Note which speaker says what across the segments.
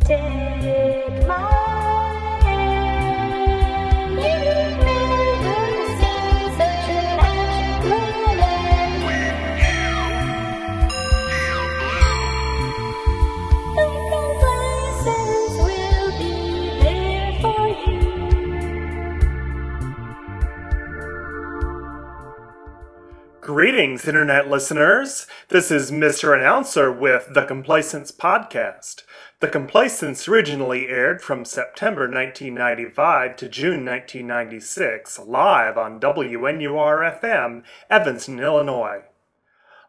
Speaker 1: Take my hand. You've never seen such a natural land. No complacence will be there for you.
Speaker 2: Greetings, internet listeners. This is Mr. Announcer with the Complacence Podcast. The Complacence originally aired from September 1995 to June 1996 live on WNUR FM, Evanston, Illinois.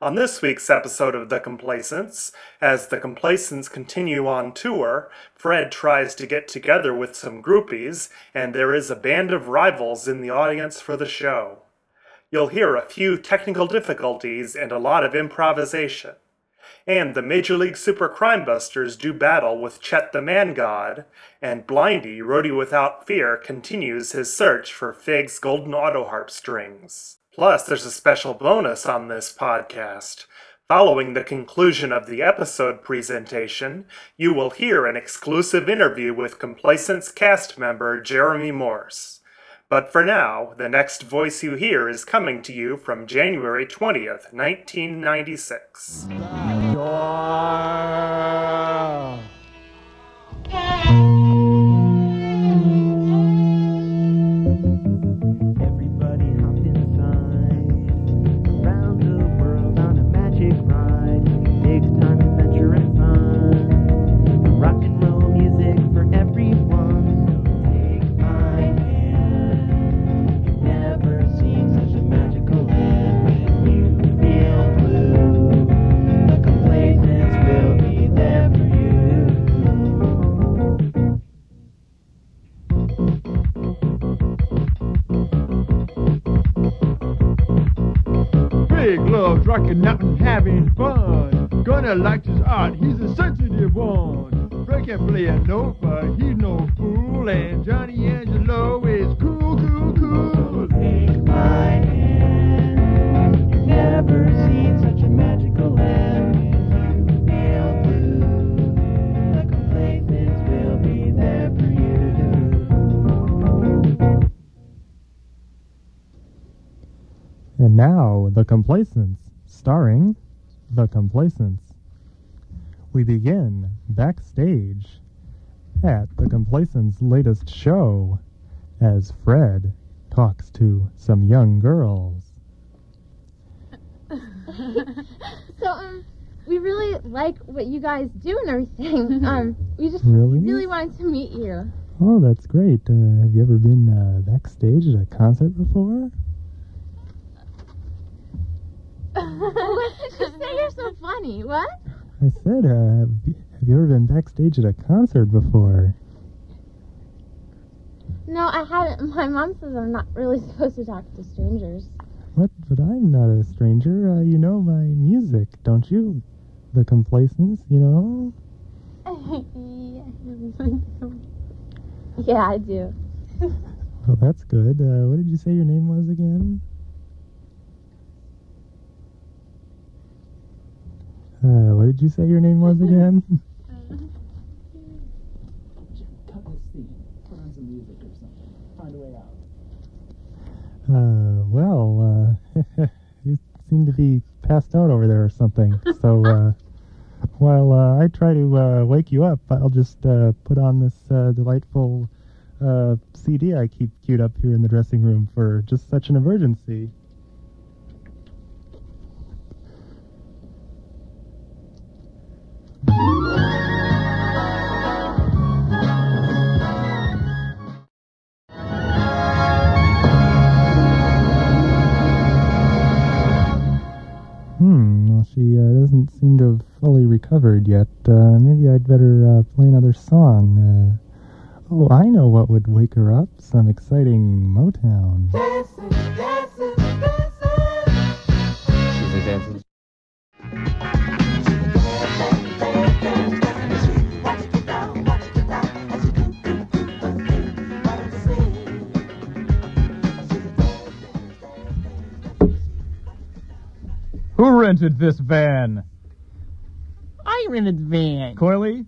Speaker 2: On this week's episode of The Complacents, as the Complacents continue on tour, Fred tries to get together with some groupies, and there is a band of rivals in the audience for the show. You'll hear a few technical difficulties and a lot of improvisation. And the Major League Super Crime Busters do battle with Chet the Man God, and Blindy, Roddy Without Fear, continues his search for Fig's golden auto harp strings. Plus, there's a special bonus on this podcast. Following the conclusion of the episode presentation, you will hear an exclusive interview with Complacence cast member Jeremy Morse. But for now, the next voice you hear is coming to you from January 20th, 1996.
Speaker 3: Everybody hop inside. Round the world on a magic ride. Big time adventure and fun. Rock and roll music for everyone. So take my hand. You've never seen such a magical land when you feel blue. The complacence will be there for you.
Speaker 4: Big loves rocking out and having fun. Gonna like his art, he's a sensitive one. Frank can play a note, but he's no fool. And Johnny Angelo is cool, cool, cool.
Speaker 3: Take my hand. You've never seen such a magical land. When you feel blue, the complacence will be there for you.
Speaker 5: And now, The Complacents, starring The Complacents. We begin backstage at The Complacents' latest show as Fred talks to some young girls.
Speaker 6: So um, we really like what you guys do and everything. um, we just
Speaker 5: Really?
Speaker 6: really wanted to meet you.
Speaker 5: Oh, that's great. Uh, have you ever been uh, backstage at a concert before?
Speaker 6: what did you say? You're so funny. What?
Speaker 5: I said, uh, have you have you ever been backstage at a concert before?
Speaker 6: No, I haven't. My mom says I'm not really supposed to talk to strangers.
Speaker 5: What? But I'm not a stranger. Uh, you know my music, don't you? The Complacents, you know?
Speaker 6: yeah, I do.
Speaker 5: Well, that's good. Uh, what did you say your name was again? Uh, what did you say your name was again?
Speaker 7: cut this scene, put on some music or something, find a way out.
Speaker 5: Uh, well, uh, you seem to be passed out over there or something. So, uh, while uh, I try to uh, wake you up, I'll just uh, put on this uh, delightful uh, CD I keep queued up here in the dressing room for just such an emergency. Hmm, well, she uh, doesn't seem to have fully recovered yet. Uh, maybe I'd better uh, play another song. Uh, oh, I know what would wake her up. Some exciting Motown.
Speaker 8: Who rented this van?
Speaker 4: I rented the van.
Speaker 8: Coily?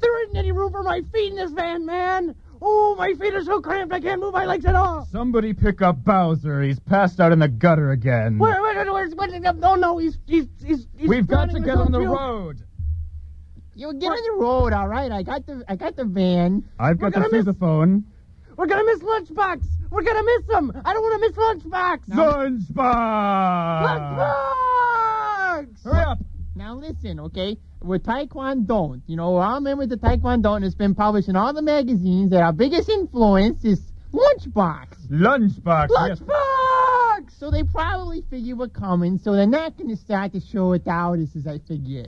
Speaker 4: There isn't any room for my feet in this van, man. Oh, my feet are so cramped I can't move my legs at all.
Speaker 8: Somebody pick up Bowser. He's passed out in the gutter
Speaker 9: Mm.
Speaker 8: again.
Speaker 4: Where, where, where, where's, where's, no, no, he's, he's, he's, he's
Speaker 8: We've got
Speaker 4: drowning
Speaker 8: to
Speaker 4: with
Speaker 8: get on the
Speaker 4: fuel.
Speaker 8: road.
Speaker 4: You get on the road, all right. I got the, I got the van.
Speaker 8: I've got
Speaker 4: We're
Speaker 8: the
Speaker 4: gonna miss-
Speaker 8: sousaphone.
Speaker 4: We're gonna miss lunchbox. We're gonna miss him. I don't want to miss lunchbox.
Speaker 8: Lunchbox!
Speaker 4: Lunchbox.
Speaker 8: Hurry up!
Speaker 4: Now listen, okay? With Taekwondo, you know, our members of Taekwondo has been published in all the magazines that our biggest influence is Lunchbox.
Speaker 8: Lunchbox! yes.
Speaker 4: Lunchbox! So they probably figure we're coming, so they're not going to start to show it out as I figure.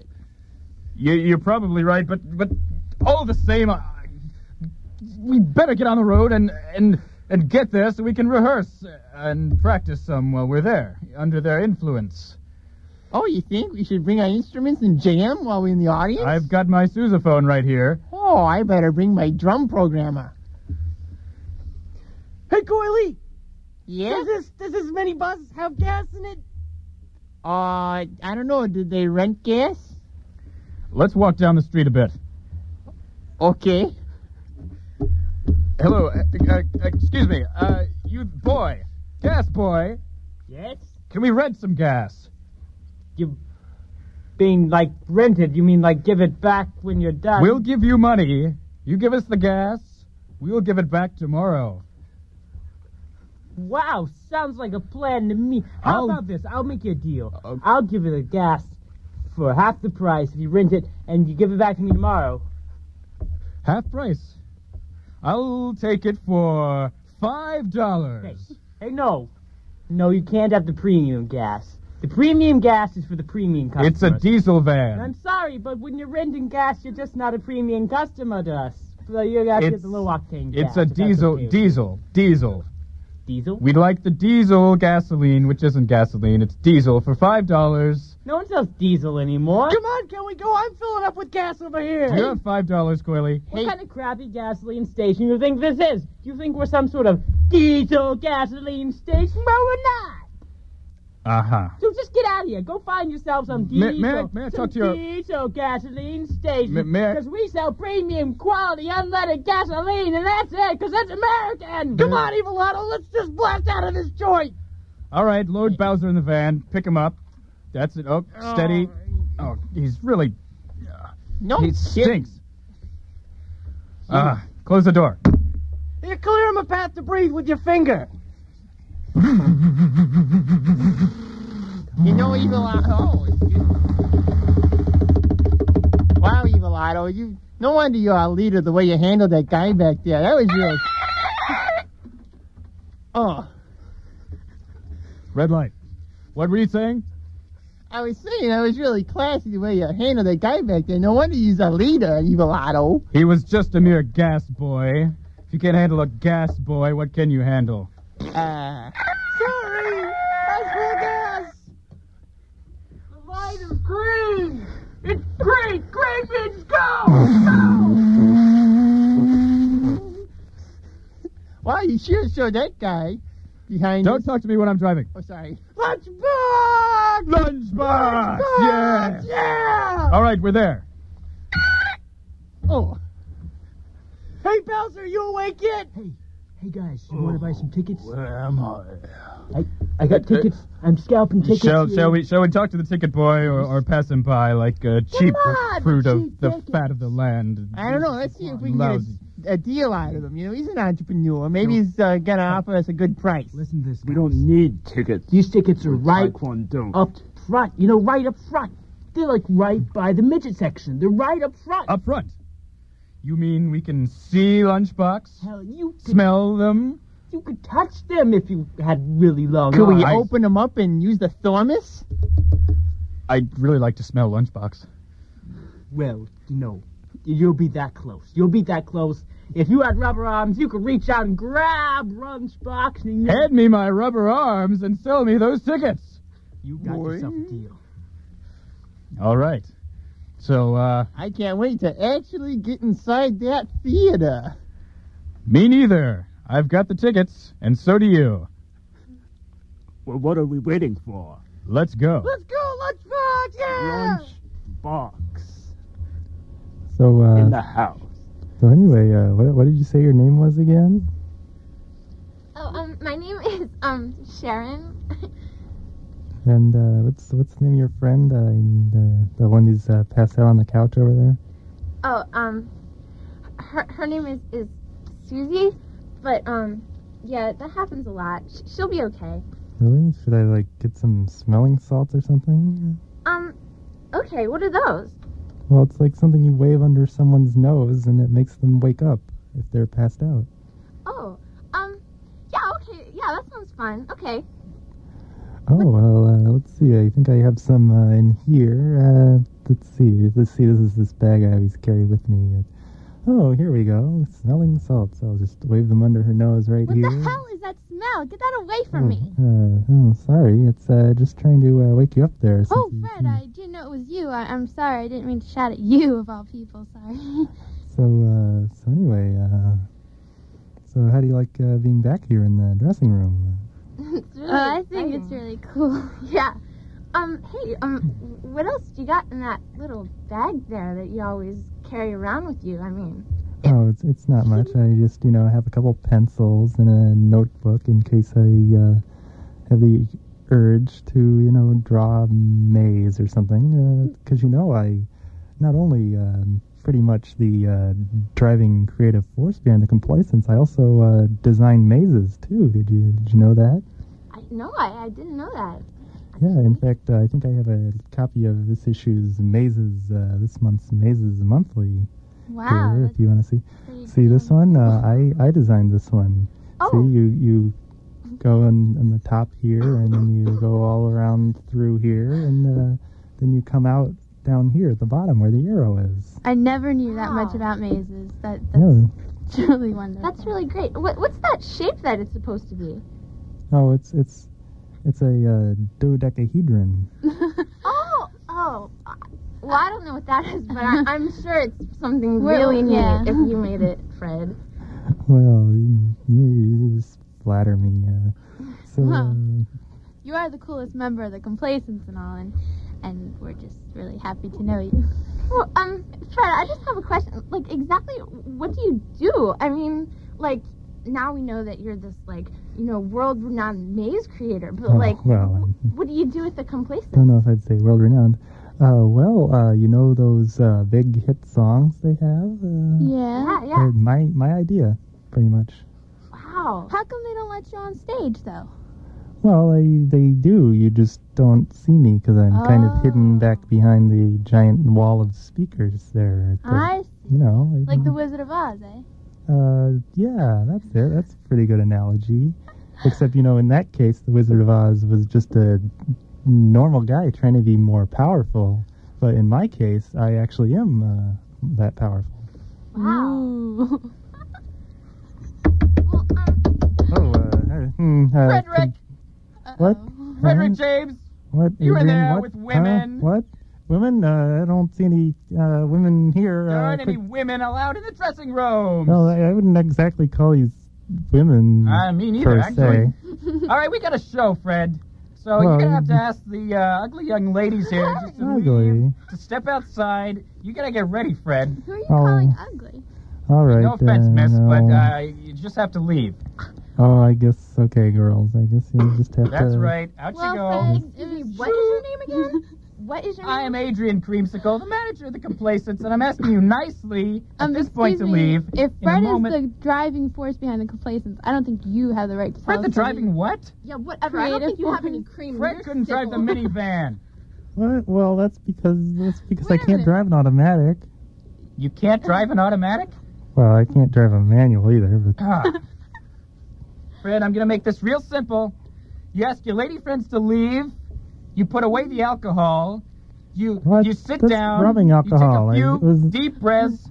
Speaker 8: You, you're probably right, but but all the same, I, we better get on the road and and and get there so we can rehearse and practice some while we're there under their influence.
Speaker 4: Oh, you think we should bring our instruments and jam while we're in the audience?
Speaker 8: I've got my sousaphone right here.
Speaker 4: Oh, I better bring my drum programmer.
Speaker 10: Hey, Coily,
Speaker 4: Yeah?
Speaker 10: this does this mini bus have gas in it?
Speaker 4: Uh, I don't know. Did they rent gas?
Speaker 8: Let's walk down the street a bit.
Speaker 4: Okay.
Speaker 8: Hello, uh, uh, excuse me, uh, you boy, gas boy,
Speaker 9: Yes?
Speaker 8: can we rent some gas?
Speaker 9: You being like rented, you mean like give it back when you're done?
Speaker 8: We'll give you money. You give us the gas. We'll give it back tomorrow.
Speaker 9: Wow, sounds like a plan to me. How
Speaker 8: I'll-
Speaker 9: about this? I'll make you a deal.
Speaker 8: Uh,
Speaker 9: I'll give you the gas for half the price if you rent it and you give it back to me tomorrow.
Speaker 8: Half price. I'll take it for five
Speaker 9: Hey,
Speaker 8: dollars.
Speaker 9: hey no. No, you can't have the premium gas. The premium gas is for the premium customers.
Speaker 8: It's a diesel
Speaker 9: I'm
Speaker 8: van.
Speaker 9: sorry, but when you're renting gas, you're just not a premium customer to us. So you got to get
Speaker 8: It's-
Speaker 9: the low octane gas.
Speaker 8: It's a
Speaker 9: if that's
Speaker 8: diesel,
Speaker 9: okay with you.
Speaker 8: diesel, diesel.
Speaker 9: Diesel?
Speaker 8: We'd like the diesel gasoline, which isn't gasoline. It's diesel for five dollars.
Speaker 9: No one sells diesel anymore.
Speaker 10: Come on, can we go? I'm filling up with gas over here.
Speaker 8: Do you have five dollars, Coily?
Speaker 9: What kind of crappy gasoline station you think this is? You think we're some sort of diesel gasoline station? Well, we're not.
Speaker 8: Uh huh.
Speaker 9: So just get out of here. Go find yourself some
Speaker 8: May-
Speaker 9: diesel.
Speaker 8: may I- may I
Speaker 9: some
Speaker 8: talk to your-
Speaker 9: diesel gasoline station?
Speaker 8: May- may I-
Speaker 9: Because we sell premium quality unleaded gasoline, and that's it. Because it's American.
Speaker 8: Come on,
Speaker 9: Evil Otto. Let's just blast out of this joint.
Speaker 8: All right, load Bowser in the van. Pick him up. That's it. Oh, steady. Oh, he's really
Speaker 4: No
Speaker 8: he stinks. Ah, close the door.
Speaker 10: You clear him a path to breathe with your finger.
Speaker 4: You know, Evil Otto. Oh, Wow, Evil Otto, you. No wonder you're our leader the way you handled that guy back there. That was real. Oh,
Speaker 8: Red light. What were you saying?
Speaker 4: I was saying that was really classy the way you handled that guy back there. No wonder you're our leader, Evil Otto.
Speaker 8: He was just a mere gas boy. If you can't handle a gas boy, what can you handle?
Speaker 4: Uh, sorry, that's full gas. The light is green. It's green. Green means go. Go. Wow, you sure showed that guy behind.
Speaker 8: Don't
Speaker 4: us.
Speaker 8: talk to me when I'm driving.
Speaker 4: Oh, sorry. Lunchbox.
Speaker 8: Lunchbox! Yeah!
Speaker 4: Yeah.
Speaker 8: All right, we're there.
Speaker 4: Oh.
Speaker 10: Hey, Bowser, you awake yet?
Speaker 9: Hey guys, you want to buy some tickets?
Speaker 8: Where am I?
Speaker 9: I got tickets. I'm scalping tickets.
Speaker 8: Shall,
Speaker 9: here.
Speaker 8: shall we shall we talk to the ticket boy or, or pass him by like a cheap
Speaker 4: on,
Speaker 8: fruit
Speaker 4: cheap
Speaker 8: of the
Speaker 4: tickets.
Speaker 8: fat of the land?
Speaker 4: I don't know. Let's see if we can
Speaker 8: Lousy.
Speaker 4: get a, a deal out of him. You know, he's an entrepreneur. Maybe he's uh, gonna offer us a good price.
Speaker 9: Listen to this.
Speaker 11: We don't need tickets.
Speaker 9: These tickets are right
Speaker 11: Taekwondo.
Speaker 9: up front. You know, right up front. They're like right by the midget section. They're right up front.
Speaker 8: Up front. You mean we can see Lunchbox?
Speaker 9: Hell, you could,
Speaker 8: Smell them?
Speaker 9: you could touch them if you had really long
Speaker 4: Could we
Speaker 8: I-
Speaker 4: open him up and use the thermos?
Speaker 8: I'd really like to smell Lunchbox.
Speaker 9: Well, no. You'll be that close. You'll be that close. If you had rubber arms, you could reach out and grab Lunchbox and you,
Speaker 8: Hand me my rubber arms and sell me those tickets.
Speaker 9: you got yourself a deal.
Speaker 8: All right. So, uh,
Speaker 4: I can't wait to actually get inside that theater.
Speaker 8: me neither. I've got the tickets, and so do you.
Speaker 11: Well, what are we waiting for?
Speaker 12: Let's go.
Speaker 1: Let's go, lunch box! Yeah! Lunch
Speaker 4: box.
Speaker 5: So, uh,
Speaker 4: In the house.
Speaker 5: so anyway, uh, what, what did you say your name was again?
Speaker 6: Oh, um, my name is um Sharon.
Speaker 5: And uh, what's what's the name of your friend? Uh, in the, the one who's uh, passed out on the couch over there?
Speaker 6: Oh, um, her her name is is Susie, but um, yeah, that happens a lot. Sh- she'll be okay.
Speaker 5: Really? Should I like get some smelling salts or something?
Speaker 6: Um, okay, what are those?
Speaker 5: Well, it's like something you wave under someone's nose and it makes them wake up if they're passed out.
Speaker 6: Oh, um, yeah, okay, yeah, that sounds fun. Okay,
Speaker 5: Oh well, uh, let's see. I think I have some uh, in here. Uh, let's see. Let's see. This is this bag I always carry with me. Uh, oh, here we go. Smelling salts. I'll just wave them under her nose right
Speaker 6: what
Speaker 5: here.
Speaker 6: the hell is that smell? Get that away from me!
Speaker 5: Uh, oh, sorry. It's uh, just trying to uh, wake you up there. since
Speaker 6: Oh,
Speaker 5: you-
Speaker 6: Fred, I didn't know it was you. I- I'm sorry, I didn't mean to shout at you of all people. Sorry.
Speaker 5: So, uh, so anyway, uh, so how do you like uh, being back here in the dressing room?
Speaker 11: Uh,
Speaker 6: oh, I think it's really cool. yeah. Um, hey, um, what else do you got in that little bag there that you always carry around with you? I mean,
Speaker 5: Oh, it's it's not much. I just you know have a couple pencils and a notebook in case I uh, have the urge to you know draw a maze or something. Because you know I not only um, pretty much the uh, driving creative force behind the complacence, I also uh, design mazes too. Did you did you know that?
Speaker 6: I, no, I, I didn't know that.
Speaker 5: Yeah, in fact, uh, I think I have a copy of this issue's Mazes, uh, this month's Mazes Monthly.
Speaker 6: Wow,
Speaker 5: Here, if you want to see,
Speaker 6: pretty
Speaker 5: see this one, uh, I I designed this one. See, you you go on, on the top here, and then you go all around through here, and uh, then you come out down here at the bottom where the arrow is.
Speaker 11: I never knew that much about mazes. That that's
Speaker 5: Yeah.
Speaker 11: truly wonderful.
Speaker 6: That's really great. What, what's that shape that it's supposed to be?
Speaker 5: Oh, it's it's it's a uh, dodecahedron.
Speaker 6: Oh, oh. uh, Well, I don't know what that is, but I, I'm sure it's something
Speaker 11: Well,
Speaker 6: really neat
Speaker 11: yeah.
Speaker 6: if you made it, Fred.
Speaker 5: Well, you, you just flatter me. Uh, so.
Speaker 11: Huh.
Speaker 5: Uh,
Speaker 11: You are the coolest member of the complacents and all, and and we're just really happy to know you.
Speaker 6: Well, um, Fred, I just have a question. Like, exactly what do you do? I mean, like, now we know that you're this, like, you know, world renowned maze creator, but,
Speaker 5: Oh,
Speaker 6: like,
Speaker 5: well,
Speaker 6: what do you do with the complacent?
Speaker 5: don't know if I'd say world renowned. Uh, well, uh, you know those uh, big hit songs they have. Uh,
Speaker 11: Yeah. Um,
Speaker 6: Yeah,
Speaker 5: they're My my idea, pretty much.
Speaker 6: Wow.
Speaker 11: How come they don't let you on stage though?
Speaker 5: Well, I, they do. You just don't see me because I'm kind of
Speaker 6: Oh.
Speaker 5: hidden back behind the giant wall of speakers there.
Speaker 6: Uh,
Speaker 5: at the-
Speaker 11: I
Speaker 5: you know, I-
Speaker 11: like the Wizard of Oz, eh?
Speaker 5: Uh, yeah, that's it. That's a pretty good analogy. Except, you know, in that case, the Wizard of Oz was just a normal guy trying to be more powerful. But in my case, I actually am uh, that powerful.
Speaker 6: Wow.
Speaker 5: Oh, uh, hmm, uh,
Speaker 12: Frederick!
Speaker 5: What?
Speaker 12: Frederick
Speaker 5: Huh?
Speaker 12: James!
Speaker 5: What?
Speaker 12: you were
Speaker 5: Adrian?
Speaker 12: there
Speaker 5: What?
Speaker 12: with
Speaker 5: Huh?
Speaker 12: women.
Speaker 5: what? Women? Uh, I don't see any uh, women here.
Speaker 12: There
Speaker 5: uh,
Speaker 12: aren't any
Speaker 5: quick-
Speaker 12: women allowed in the dressing room.
Speaker 5: No, I, I wouldn't exactly call you women.
Speaker 12: I mean, either,
Speaker 5: per
Speaker 12: Ah, Uh, actually.
Speaker 5: se.
Speaker 12: All right, we got a show, Fred. So
Speaker 5: Well,
Speaker 12: you're gonna have to
Speaker 5: you-
Speaker 12: ask the uh, ugly young ladies here just to,
Speaker 5: Ugly.
Speaker 12: to step outside. You gotta get ready, Fred.
Speaker 11: Who are you
Speaker 5: Oh. calling
Speaker 11: ugly?
Speaker 5: All right.
Speaker 12: No offense,
Speaker 5: uh,
Speaker 12: miss, but
Speaker 5: no.
Speaker 12: uh, you just have to leave.
Speaker 5: Oh, I guess okay, girls. I guess you'll just have to.
Speaker 12: That's right. Out you go.
Speaker 6: What is your name again? what is your name?
Speaker 12: I am Adrian Creamsicle, the manager of the Complacents, and I'm asking you nicely at
Speaker 11: Um,
Speaker 12: this point to
Speaker 11: excuse me,
Speaker 12: leave.
Speaker 11: If
Speaker 12: in
Speaker 11: Fred
Speaker 12: a
Speaker 11: is
Speaker 12: moment.
Speaker 11: the driving force behind the complacents, I don't think you have the right to
Speaker 12: Fred
Speaker 11: tell
Speaker 12: the
Speaker 11: us to
Speaker 12: driving what?
Speaker 6: Yeah, whatever. I
Speaker 11: Creative
Speaker 6: don't think you have any
Speaker 11: force.
Speaker 6: cream. in
Speaker 12: Fred
Speaker 6: your
Speaker 12: couldn't drive the
Speaker 6: sickle.
Speaker 12: minivan.
Speaker 5: What? Well, that's because that's because I
Speaker 11: Wait a
Speaker 5: can't
Speaker 11: minute.
Speaker 5: drive an automatic.
Speaker 12: You can't drive an automatic?
Speaker 5: Well, I can't drive a manual either. But
Speaker 12: Ah. Fred, I'm gonna make this real simple. You ask your lady friends to leave. You put away the alcohol. You
Speaker 5: What?
Speaker 12: you sit
Speaker 5: That's
Speaker 12: down.
Speaker 5: rubbing alcohol. I-
Speaker 12: You take
Speaker 5: it
Speaker 12: a few
Speaker 5: was-
Speaker 12: deep breaths,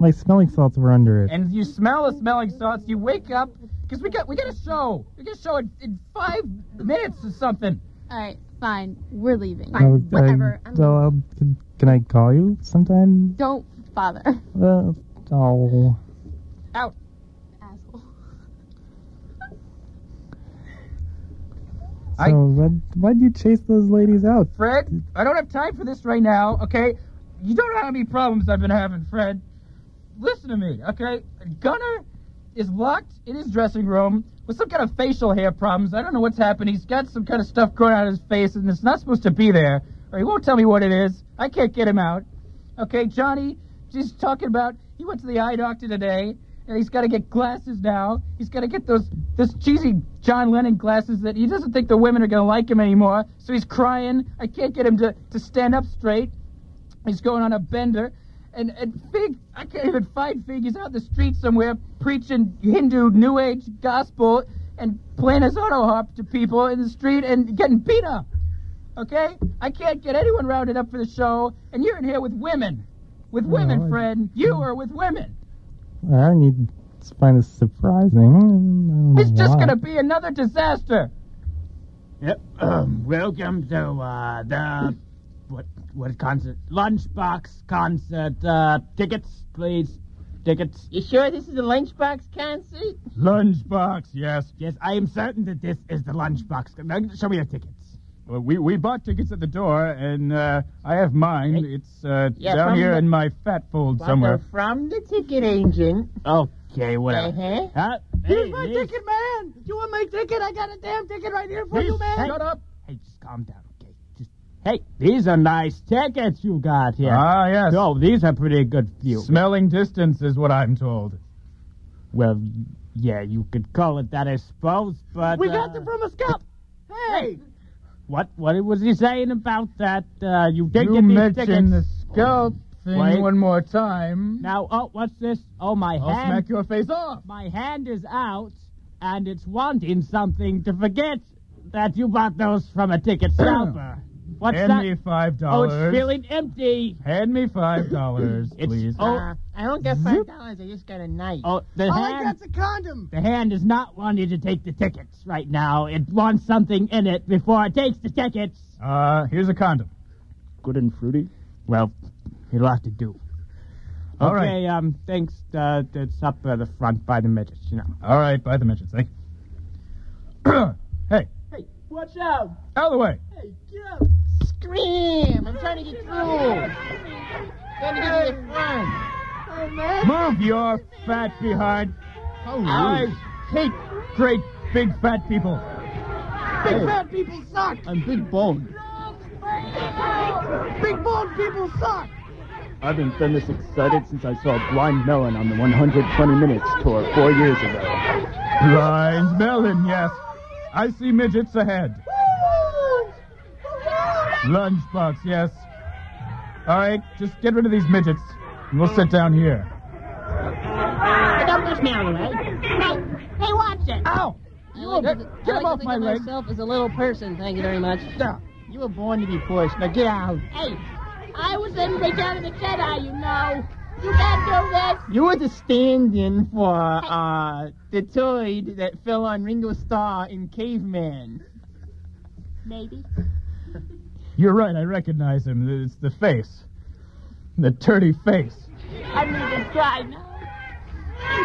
Speaker 5: my smelling salts were under it.
Speaker 12: and you smell the smelling salts. You wake up because we got we got a show. We got a show in, in five minutes or something.
Speaker 11: All right, fine. We're leaving.
Speaker 5: I would- I-
Speaker 6: whatever, I mean-
Speaker 5: well, I'll- can, can I call you sometime?
Speaker 11: Don't bother.
Speaker 5: Uh, oh.
Speaker 12: Out.
Speaker 11: Asshole.
Speaker 5: So why'd, why'd you chase those ladies out?
Speaker 8: Fred, I don't have time for this right now, okay? You don't know how many problems I've been having, Fred. Listen to me, okay? Gunner is locked in his dressing room with some kind of facial hair problems. I don't know what's happened. He's got some kind of stuff growing out of his face, and it's not supposed to be there. Or he won't tell me what it is. I can't get him out. Okay, Johnny, she's talking about he went to the eye doctor today, and he's got to get glasses now. He's got to get those this cheesy John Lennon glasses that he doesn't think the women are going to like him anymore. So he's crying. I can't get him to, to stand up straight. He's going on a bender. And, and Fig, I can't even find Fig. He's out in the street somewhere preaching Hindu New Age gospel and playing his auto harp to people in the street and getting beat up. Okay? I can't get anyone rounded up for the show, and you're in here with women. With women, Fred. You are with women.
Speaker 5: I need to find this surprising. I don't know
Speaker 8: It's just
Speaker 5: why.
Speaker 8: going to be another disaster.
Speaker 9: Yep. Um, welcome to uh, the what what concert? Lunchbox concert. Uh, tickets, please. Tickets.
Speaker 4: You sure this is a lunchbox concert?
Speaker 9: Lunchbox. Yes. Yes, I am certain that this is the lunchbox. Now, show me your tickets.
Speaker 8: Well, Uh, we, we bought tickets at the door, and uh, I have mine. It's uh,
Speaker 4: Yeah,
Speaker 8: down
Speaker 4: from
Speaker 8: here
Speaker 4: the-
Speaker 8: in my fat fold somewhere.
Speaker 4: From the ticket agent.
Speaker 9: Okay, whatever.
Speaker 4: Uh-huh.
Speaker 9: Huh?
Speaker 4: Here's my ticket, man. You want my ticket? I got a damn ticket right here for you, man.
Speaker 9: Shut up. Hey, just calm down, okay? Just hey, these are nice tickets you got here.
Speaker 8: Ah, yes.
Speaker 9: No, these are pretty good view.
Speaker 8: Smelling distance is what I'm told.
Speaker 9: Well, yeah, you could call it that, I suppose. But
Speaker 4: we
Speaker 9: uh,
Speaker 4: got them from a scalp. Hey,
Speaker 9: What what was he saying about that? Uh, you did
Speaker 8: You
Speaker 9: get these
Speaker 8: mentioned
Speaker 9: tickets.
Speaker 8: the scalp thing
Speaker 9: Wait.
Speaker 8: one more time.
Speaker 9: Now, oh, what's this? Oh, my
Speaker 8: I'll
Speaker 9: hand.
Speaker 8: smack your face off.
Speaker 9: My hand is out, and it's wanting something to forget that you bought those from a ticket scalper. What's
Speaker 8: Hand
Speaker 9: that?
Speaker 8: me five
Speaker 9: Oh,
Speaker 8: dollars.
Speaker 9: it's feeling empty.
Speaker 8: Hand me five dollars,
Speaker 9: It's-
Speaker 8: please.
Speaker 9: oh.
Speaker 4: Uh, I don't get five dollars. I just got a knife.
Speaker 9: Oh, the
Speaker 4: All I
Speaker 9: hand.
Speaker 4: got's a condom.
Speaker 9: The hand is not wanting to take the tickets right now. It wants something in it before it takes the tickets.
Speaker 8: Uh, here's a condom.
Speaker 9: Good and fruity. Well, you'll have to do.
Speaker 8: All
Speaker 9: okay,
Speaker 8: right.
Speaker 9: um, thanks. Uh, it's up at the front by the midgets, you know.
Speaker 8: All right, by the eh? mentions. Thank you. hey,
Speaker 4: Hey, watch out!
Speaker 8: out of the way.
Speaker 4: Hey, get up! Scream! I'm trying to get through. Trying to get to the front. Oh man!
Speaker 8: Move your fat behind. I hate great big fat people.
Speaker 4: Big fat people suck.
Speaker 8: I'm big boned.
Speaker 4: Big bald people suck.
Speaker 13: I've been this excited since I saw Blind Melon on the 120 Minutes tour four years ago.
Speaker 8: Blind melon, yes. I see midgets ahead. Lunchbox, yes. All right, just get rid of these midgets, and we'll sit down here.
Speaker 1: Don't push me out of the way. Hey, hey, watch it. Ow! You
Speaker 4: were- get
Speaker 1: I like
Speaker 4: him off
Speaker 1: to think
Speaker 4: my
Speaker 1: of
Speaker 4: leg.
Speaker 1: myself as a little person, thank you very much.
Speaker 4: You were born to be pushed. Now get out.
Speaker 1: Hey, I was in Return of the Jedi, you know. You can't do this.
Speaker 4: You were the stand-in for uh, the toy that fell on Ringo Starr in Caveman.
Speaker 1: Maybe.
Speaker 8: You're right, I recognize him. It's the face. The dirty face.
Speaker 1: I'm going to cry now.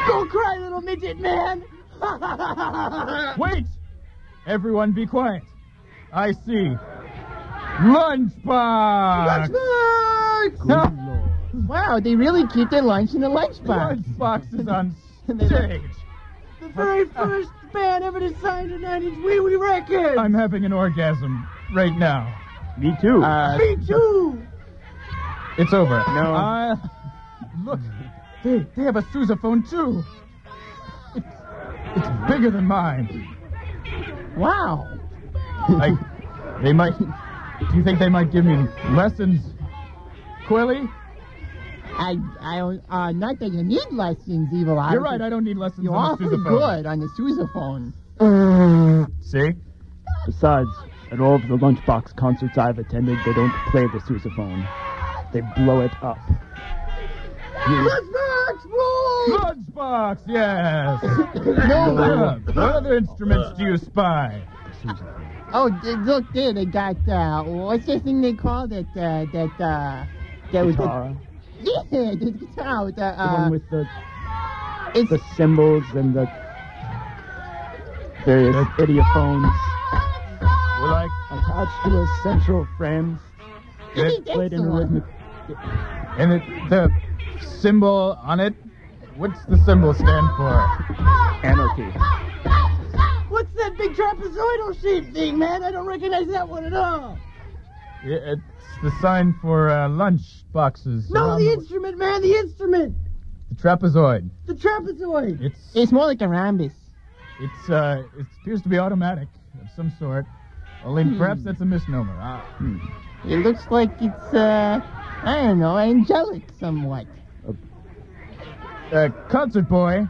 Speaker 4: Go cry, little midget man.
Speaker 8: Wait! Everyone be quiet. I see. Lunchbox!
Speaker 4: Wow, they really keep their lunch in the lunchbox.
Speaker 8: Lunchbox is on
Speaker 4: they-
Speaker 8: stage. uh,
Speaker 4: The very first band ever to sign to Nine Inch Wee Wee Records.
Speaker 8: I'm having an orgasm right now. Uh,
Speaker 13: Me too.
Speaker 4: Uh, Me too.
Speaker 8: It's over.
Speaker 13: No.
Speaker 8: Uh, look, they, they have a sousaphone too. It's, it's bigger than mine.
Speaker 4: Wow.
Speaker 8: I, they might. Do you think they might give me lessons, Quilly?
Speaker 4: I, I don't, uh, not that you need lessons, Evil Eye.
Speaker 8: You're right. I don't need lessons
Speaker 4: You're
Speaker 8: on the
Speaker 4: awfully
Speaker 8: sousaphone.
Speaker 4: good on the sousaphone.
Speaker 8: See?
Speaker 13: Besides, at all of the lunchbox concerts I've attended, they don't play the sousaphone. They blow it up.
Speaker 4: Lunchbox rules!
Speaker 8: Lunchbox, yes.
Speaker 4: No.
Speaker 8: Uh, what other instruments do you spy?
Speaker 4: Oh, d- look there, they got, uh, what's that thing they call that, uh, that, uh, that was
Speaker 13: Guitar.
Speaker 4: Yeah, the guitar with the,
Speaker 13: The
Speaker 4: uh,
Speaker 13: one with the
Speaker 4: it's-
Speaker 13: the cymbals and the various idiophones. were like attached to a central frame.
Speaker 8: It
Speaker 13: played in a rhythmic.
Speaker 8: And it, the symbol on it, what's the symbol stand for?
Speaker 13: Anarchy.
Speaker 4: What's that big trapezoidal shape thing, man? I don't recognize that one at all.
Speaker 8: It's the sign for uh, lunch boxes.
Speaker 4: No,
Speaker 8: Um,
Speaker 4: the instrument, man, the instrument.
Speaker 8: the trapezoid.
Speaker 4: The trapezoid.
Speaker 8: It's
Speaker 4: it's more like a rhombus.
Speaker 8: It's uh, it appears to be automatic of some sort. Only
Speaker 4: Hmm.
Speaker 8: perhaps that's a misnomer. Ah,
Speaker 13: Hmm.
Speaker 4: It looks like it's, uh, I don't know, angelic somewhat.
Speaker 8: Uh, concert boy.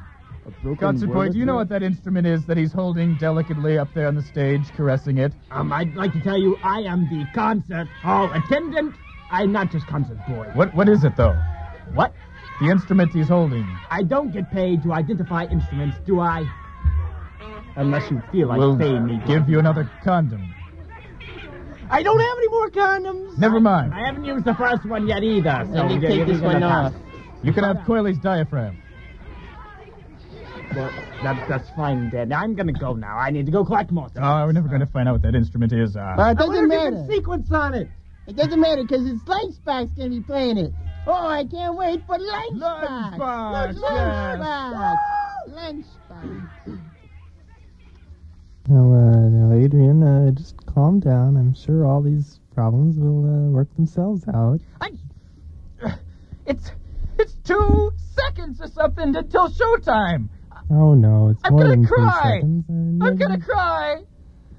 Speaker 13: broken
Speaker 8: Concert boy,
Speaker 13: word
Speaker 8: do you know
Speaker 13: with-
Speaker 8: what that instrument is that he's holding delicately up there on the stage, caressing it?
Speaker 9: Um, I'd like to tell you, I am the concert hall attendant. I'm not just concert boy.
Speaker 8: What what is it though?
Speaker 9: What?
Speaker 8: The instrument he's holding.
Speaker 9: I don't get paid to identify instruments, do I? Unless you feel like
Speaker 8: We'll
Speaker 9: paying me.
Speaker 8: give you another condom.
Speaker 4: I don't have any more condoms.
Speaker 8: Never mind.
Speaker 9: I haven't used the first one yet either. So
Speaker 8: Let me
Speaker 9: you-
Speaker 8: take
Speaker 9: you
Speaker 8: this
Speaker 9: can
Speaker 8: one
Speaker 9: pass.
Speaker 8: off. You can have Coyley's diaphragm.
Speaker 9: Well, that, that's fine then. I'm gonna go now. I need to go collect more. stuff.
Speaker 8: Ah, we're never going to find out what that instrument is. Ah.
Speaker 4: But it doesn't
Speaker 9: wonder if
Speaker 4: matter.
Speaker 9: there's
Speaker 4: sequence on it. It doesn't matter because it's Lunchbox gonna be playing it. Oh, I can't wait for Lunchbox.
Speaker 1: Lunchbox,
Speaker 4: Lunchbox. Lunchbox.
Speaker 5: Now, uh, now, Adrian, uh, just calm down. I'm sure all these problems will uh, work themselves out.
Speaker 8: It's it's two seconds or something until showtime.
Speaker 5: Oh no, it's
Speaker 8: I'm
Speaker 5: more
Speaker 8: gonna
Speaker 5: than
Speaker 8: cry.
Speaker 5: three seconds.
Speaker 8: I'm gonna cry.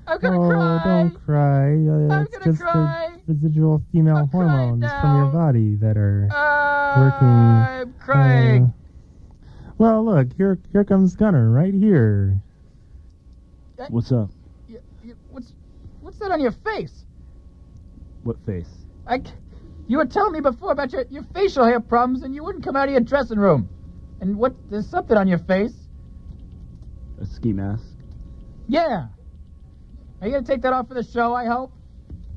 Speaker 8: I'm gonna
Speaker 5: oh,
Speaker 8: cry.
Speaker 5: don't cry. Uh,
Speaker 8: I'm
Speaker 5: it's
Speaker 8: gonna
Speaker 5: just
Speaker 8: cry.
Speaker 5: the residual female hormones from your body that are working. I'm
Speaker 8: Uh, crying.
Speaker 5: well, look, here, here comes Gunner right here.
Speaker 13: What's up?
Speaker 8: Y- y- What's what's that on your face?
Speaker 13: What face?
Speaker 8: I, c- you were telling me before about your, your facial hair problems, and you wouldn't come out of your dressing room. And what? There's something on your face.
Speaker 13: A ski mask?
Speaker 8: Yeah. Are you gonna take that off for the show? I hope.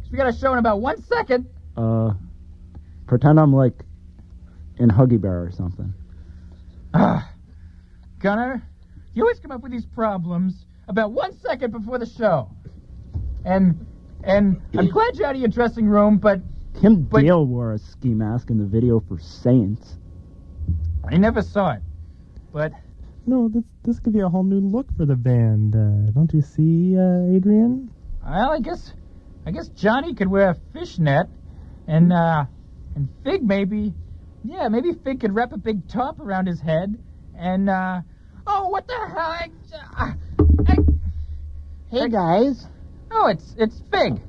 Speaker 8: 'Cause we got a show in about one second.
Speaker 13: Uh, pretend I'm like in Huggy Bear or something.
Speaker 8: Gunner, you always come up with these problems about one second before the show. And and I'm glad you're out of your dressing room, but
Speaker 13: Kim Dale wore a ski mask in the video for Saints.
Speaker 8: I never saw it. But
Speaker 5: No, this this could be a whole new look for the band. Uh, don't you see, uh, Adrian?
Speaker 8: well, I guess I guess Johnny could wear a fishnet, and uh, and Fig maybe, yeah, maybe Fig could wrap a big top around his head, and uh, oh, what the hell? I, I,
Speaker 4: Hey guys.
Speaker 8: Oh, it's it's Fig.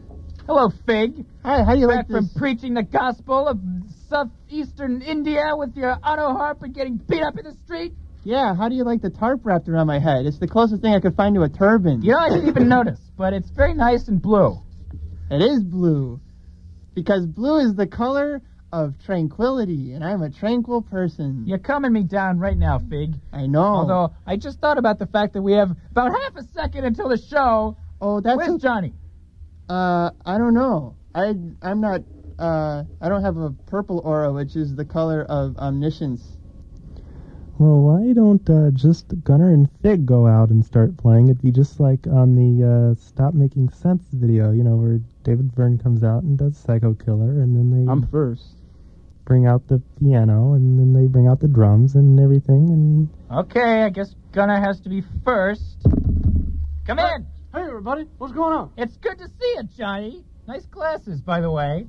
Speaker 8: Hello, Fig.
Speaker 4: Hi, how do you
Speaker 8: Back
Speaker 4: like
Speaker 8: from
Speaker 4: this?
Speaker 8: preaching the gospel of southeastern India with your auto harp and getting beat up in the street?
Speaker 4: Yeah, how do you like the tarp wrapped around my head? It's the closest thing I could find to a turban.
Speaker 8: You know, I didn't even notice, but it's very nice and blue.
Speaker 4: It is blue. Because blue is the color of tranquility, and I'm a tranquil person.
Speaker 8: You're calming me down right now, Fig.
Speaker 4: I know.
Speaker 8: Although I just thought about the fact that we have about half a second until the show.
Speaker 4: Oh, that's
Speaker 8: where's Johnny?
Speaker 4: Uh, I don't know. I I'm not. Uh, I don't have a purple aura, which is the color of omniscience.
Speaker 5: Well, why don't uh, just Gunner and Fig go out and start playing? It'd be just like on the uh, Stop Making Sense video, you know, where David Byrne comes out and does Psycho Killer, and then they
Speaker 13: I'm first.
Speaker 5: bring out the piano, and then they bring out the drums and everything, and
Speaker 8: Okay, I guess Gunnar has to be first. Come in.
Speaker 14: Hey, everybody. What's going on?
Speaker 8: It's good to see you, Johnny. Nice glasses, by the way.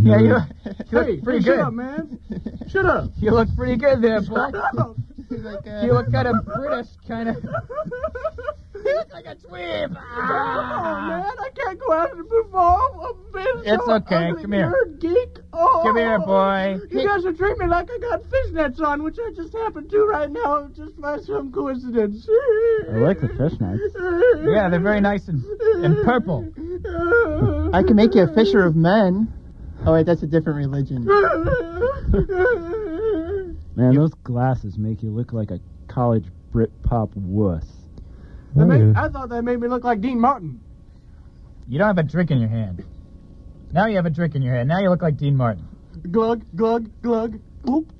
Speaker 8: yeah, you, you
Speaker 14: Hey,
Speaker 8: look pretty good.
Speaker 14: hey, shut up, man. Shut up.
Speaker 8: You look pretty good there, boy.
Speaker 14: Shut up.
Speaker 4: uh,
Speaker 8: You look kind of British, kind of.
Speaker 14: You look like a dweeb.
Speaker 8: Ah.
Speaker 14: Oh, man. I can't go out and perform. I'm being
Speaker 8: It's
Speaker 14: so
Speaker 8: okay,
Speaker 14: ugly.
Speaker 8: come here.
Speaker 14: You're a geek. Oh,
Speaker 8: Come here, boy.
Speaker 14: You guys are treating me like I got fishnets on, which I just happened to right now, just by some coincidence.
Speaker 13: I like the fishnets.
Speaker 8: Yeah, they're very nice and, and purple.
Speaker 4: I can make you a fisher of men. Oh wait, that's a different religion.
Speaker 13: Man, those glasses make you look like a college Brit pop wuss.
Speaker 14: They made, I thought they made me look like Dean Martin.
Speaker 8: You don't have a drink in your hand. Now you have a drink in your hand. Now you look like Dean Martin.
Speaker 14: Glug, glug, glug. Oop.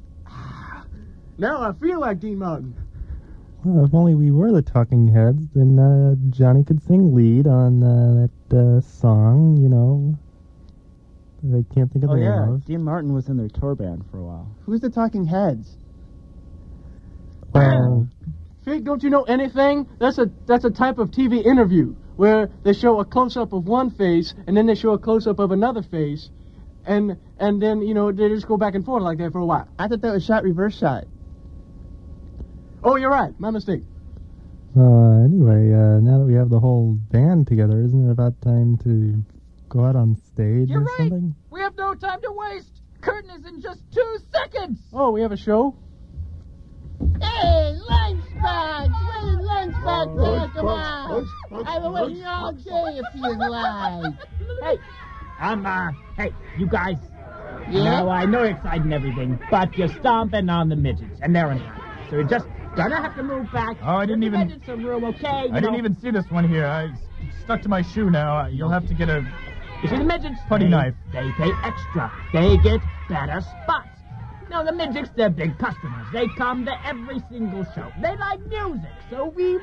Speaker 14: Now I feel like Dean Martin.
Speaker 5: Well, if only we were the Talking Heads, then uh, Johnny could sing lead on uh, that uh, song, you know. that I can't think of
Speaker 15: Oh
Speaker 5: the name
Speaker 15: yeah,
Speaker 5: of.
Speaker 15: Dean Martin was in their tour band for a while.
Speaker 4: Who's the Talking Heads?
Speaker 5: Well,
Speaker 14: Fig, don't you know anything? That's a that's a type of TV interview where they show a close up of one face and then they show a close up of another face, and and then you know they just go back and forth like that for a while.
Speaker 4: I thought that was shot reverse shot.
Speaker 14: Oh, you're right. My mistake.
Speaker 5: uh, anyway, uh, now that we have the whole band together, isn't it about time to go out on stage or something?
Speaker 10: We have no time to waste. Curtain is in just two seconds.
Speaker 14: Oh, we have a show.
Speaker 1: Hey, lunchbox! What is lunchbox
Speaker 10: Oh,
Speaker 1: talk
Speaker 10: lunchbox,
Speaker 1: about?
Speaker 10: lunchbox,
Speaker 1: I've been waiting all day it feels like.
Speaker 9: Hey, I'm, uh, hey, you guys.
Speaker 1: Yeah?
Speaker 9: Now, I know you're excited and everything, but you're stomping on the midgets, and they're in So you're just gonna have to move back.
Speaker 8: Oh, I didn't even-
Speaker 9: Get some room, okay? You
Speaker 8: I didn't
Speaker 9: know.
Speaker 8: even see this one here. I s- stuck to my shoe now. I- You'll have to get a
Speaker 9: You see the midgets?
Speaker 8: putty
Speaker 9: They-
Speaker 8: knife.
Speaker 9: They pay extra. They get better spots. Now, the midgets, they're big customers. They come to every single show. They like music, so we...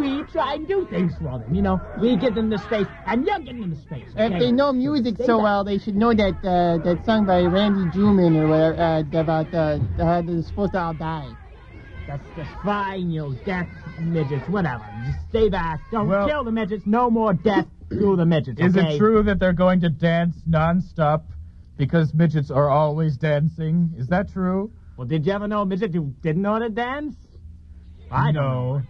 Speaker 9: We try and do things for them, you know. We give them the space, and you're getting them the space.
Speaker 4: If
Speaker 9: okay?
Speaker 4: they know music so
Speaker 9: like-
Speaker 4: well, they should know that uh, that song by Randy Newman or whatever uh, about uh, uh, they're supposed to all die.
Speaker 9: That's just fine, you death midgets, whatever. Just stay back. Don't
Speaker 8: Well-
Speaker 9: kill the midgets. No more death to the midgets.
Speaker 8: Is
Speaker 9: okay?
Speaker 8: it true that they're going to dance nonstop because midgets are always dancing? Is that true?
Speaker 9: Well, did you ever know a midget who didn't know how to dance? I don't know.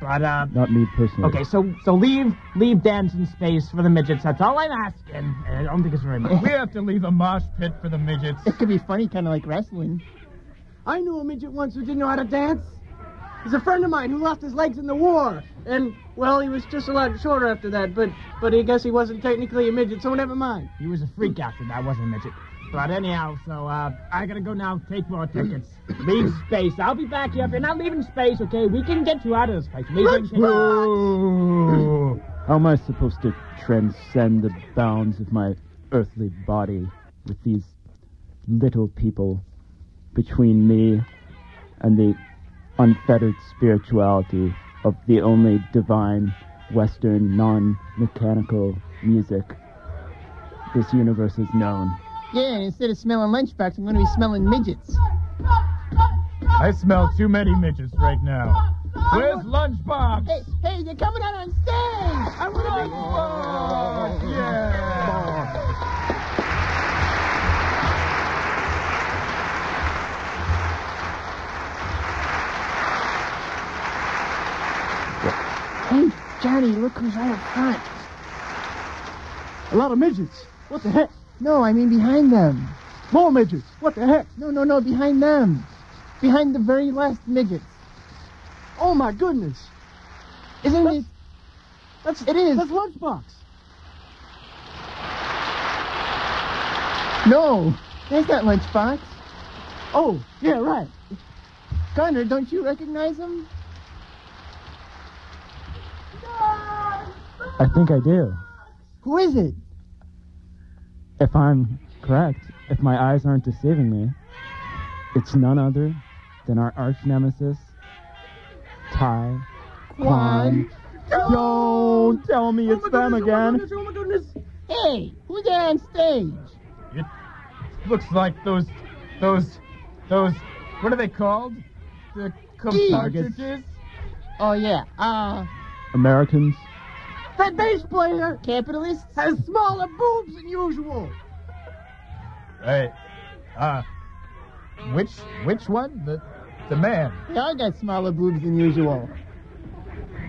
Speaker 9: But uh,
Speaker 13: Not me personally.
Speaker 9: okay, so so leave leave dancing space for the midgets. That's all I'm asking. And I don't think it's very much.
Speaker 8: we have to leave a mosh pit for the midgets.
Speaker 4: It could be funny, kind of like wrestling.
Speaker 14: I knew a midget once who didn't know how to dance. He's a friend of mine who lost his legs in the war, and well, he was just a lot shorter after that. But but I guess he wasn't technically a midget, so never mind.
Speaker 9: He was a freak after that, wasn't a midget. But anyhow, so uh, I gotta go now. Take more tickets. leave space. I'll be back here. If you're not leaving space, okay, we can get you out of this place. Leaving
Speaker 13: Whoa. How am I supposed to transcend the bounds of my earthly body with these little people between me and the unfettered spirituality of the only divine Western non mechanical music this universe has known?
Speaker 4: Yeah, and instead of smelling lunchbox, I'm going to be smelling midgets.
Speaker 8: I smell too many midgets right now. Where's lunchbox?
Speaker 4: Hey, hey, they're coming out on stage! I want to be.
Speaker 8: Yeah.
Speaker 14: Hey, Johnny, look who's right up front. A lot of midgets. What the heck?
Speaker 4: No, I mean behind them.
Speaker 14: More midgets. What the heck?
Speaker 4: No, no, no, behind them. Behind the very last midgets.
Speaker 14: Oh my goodness.
Speaker 4: Isn't it?
Speaker 14: That's
Speaker 4: it is.
Speaker 14: That's lunchbox.
Speaker 4: No, that's not lunchbox.
Speaker 14: Oh, yeah, right.
Speaker 4: Gunner, don't you recognize him?
Speaker 13: I think I do.
Speaker 4: Who is it?
Speaker 13: If I'm correct, if my eyes aren't deceiving me, it's none other than our arch nemesis, Ty Quan. Don't tell me it's them again.
Speaker 14: Oh my goodness.
Speaker 4: Hey, who's there on stage?
Speaker 8: Looks like those, those, those. What are they called? The compartridges.
Speaker 4: Oh yeah, uh,
Speaker 13: Americans,
Speaker 14: That bass player
Speaker 4: capitalists
Speaker 14: has smaller boobs than usual.
Speaker 8: Hey, uh, which which one? The the man,
Speaker 4: They all got smaller boobs than usual.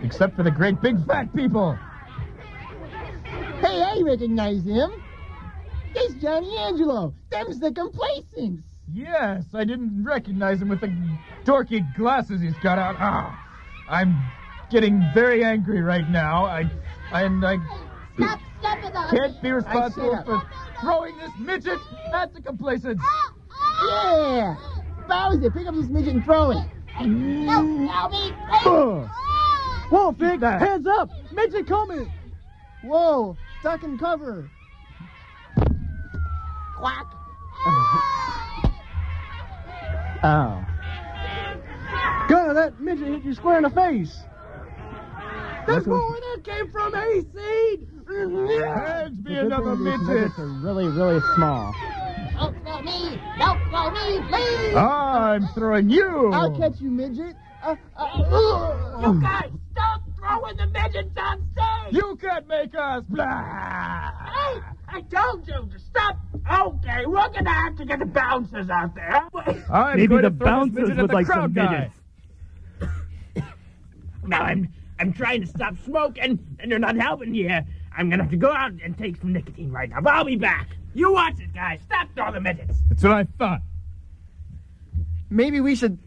Speaker 8: except for the great big fat people.
Speaker 4: Hey, I recognize him. It's Johnny Angelo. Them's the complacents.
Speaker 8: Yes, I didn't recognize him with the dorky glasses he's got out. Ah, I'm getting very angry right now. I and I
Speaker 1: Stop stepping on
Speaker 8: can't be
Speaker 1: me.
Speaker 8: responsible for throwing this midget at the complacents.
Speaker 4: Yeah. Bowser, pick up this midget and throw it.
Speaker 1: No, no, me.
Speaker 8: Ugh.
Speaker 14: Whoa, Fig,
Speaker 8: that.
Speaker 14: hands up. Midget coming.
Speaker 4: Whoa, duck and cover.
Speaker 1: Quack.
Speaker 13: Oh.
Speaker 14: Gunner, that midget hit you square in the face.
Speaker 13: That's what-
Speaker 14: where that came from, Hayseed! Hands
Speaker 13: The good thing is midgets are really, really small.
Speaker 16: Don't throw me! Don't throw me, please!
Speaker 8: Ah, I'm throwing you.
Speaker 4: Ah, I'll catch you, midget. Uh,
Speaker 16: uh, you guys, stop throwing the midgets on stage!
Speaker 8: You can't make us! Blah!
Speaker 9: Hey, I told you to stop. Okay, we're gonna have to get the bouncers out there.
Speaker 8: I'm
Speaker 17: Maybe
Speaker 8: going
Speaker 17: the
Speaker 8: to throw this
Speaker 17: bouncers
Speaker 8: midget at
Speaker 17: would
Speaker 8: the
Speaker 17: like some
Speaker 8: crowd guy.
Speaker 17: midgets.
Speaker 9: Now I'm I'm trying to stop smoke, and and they're not helping here. I'm gonna have to go out and take some nicotine right now. But I'll be back. You watch it, guys. Stop all the midgets.
Speaker 8: That's what I thought.
Speaker 14: Maybe we should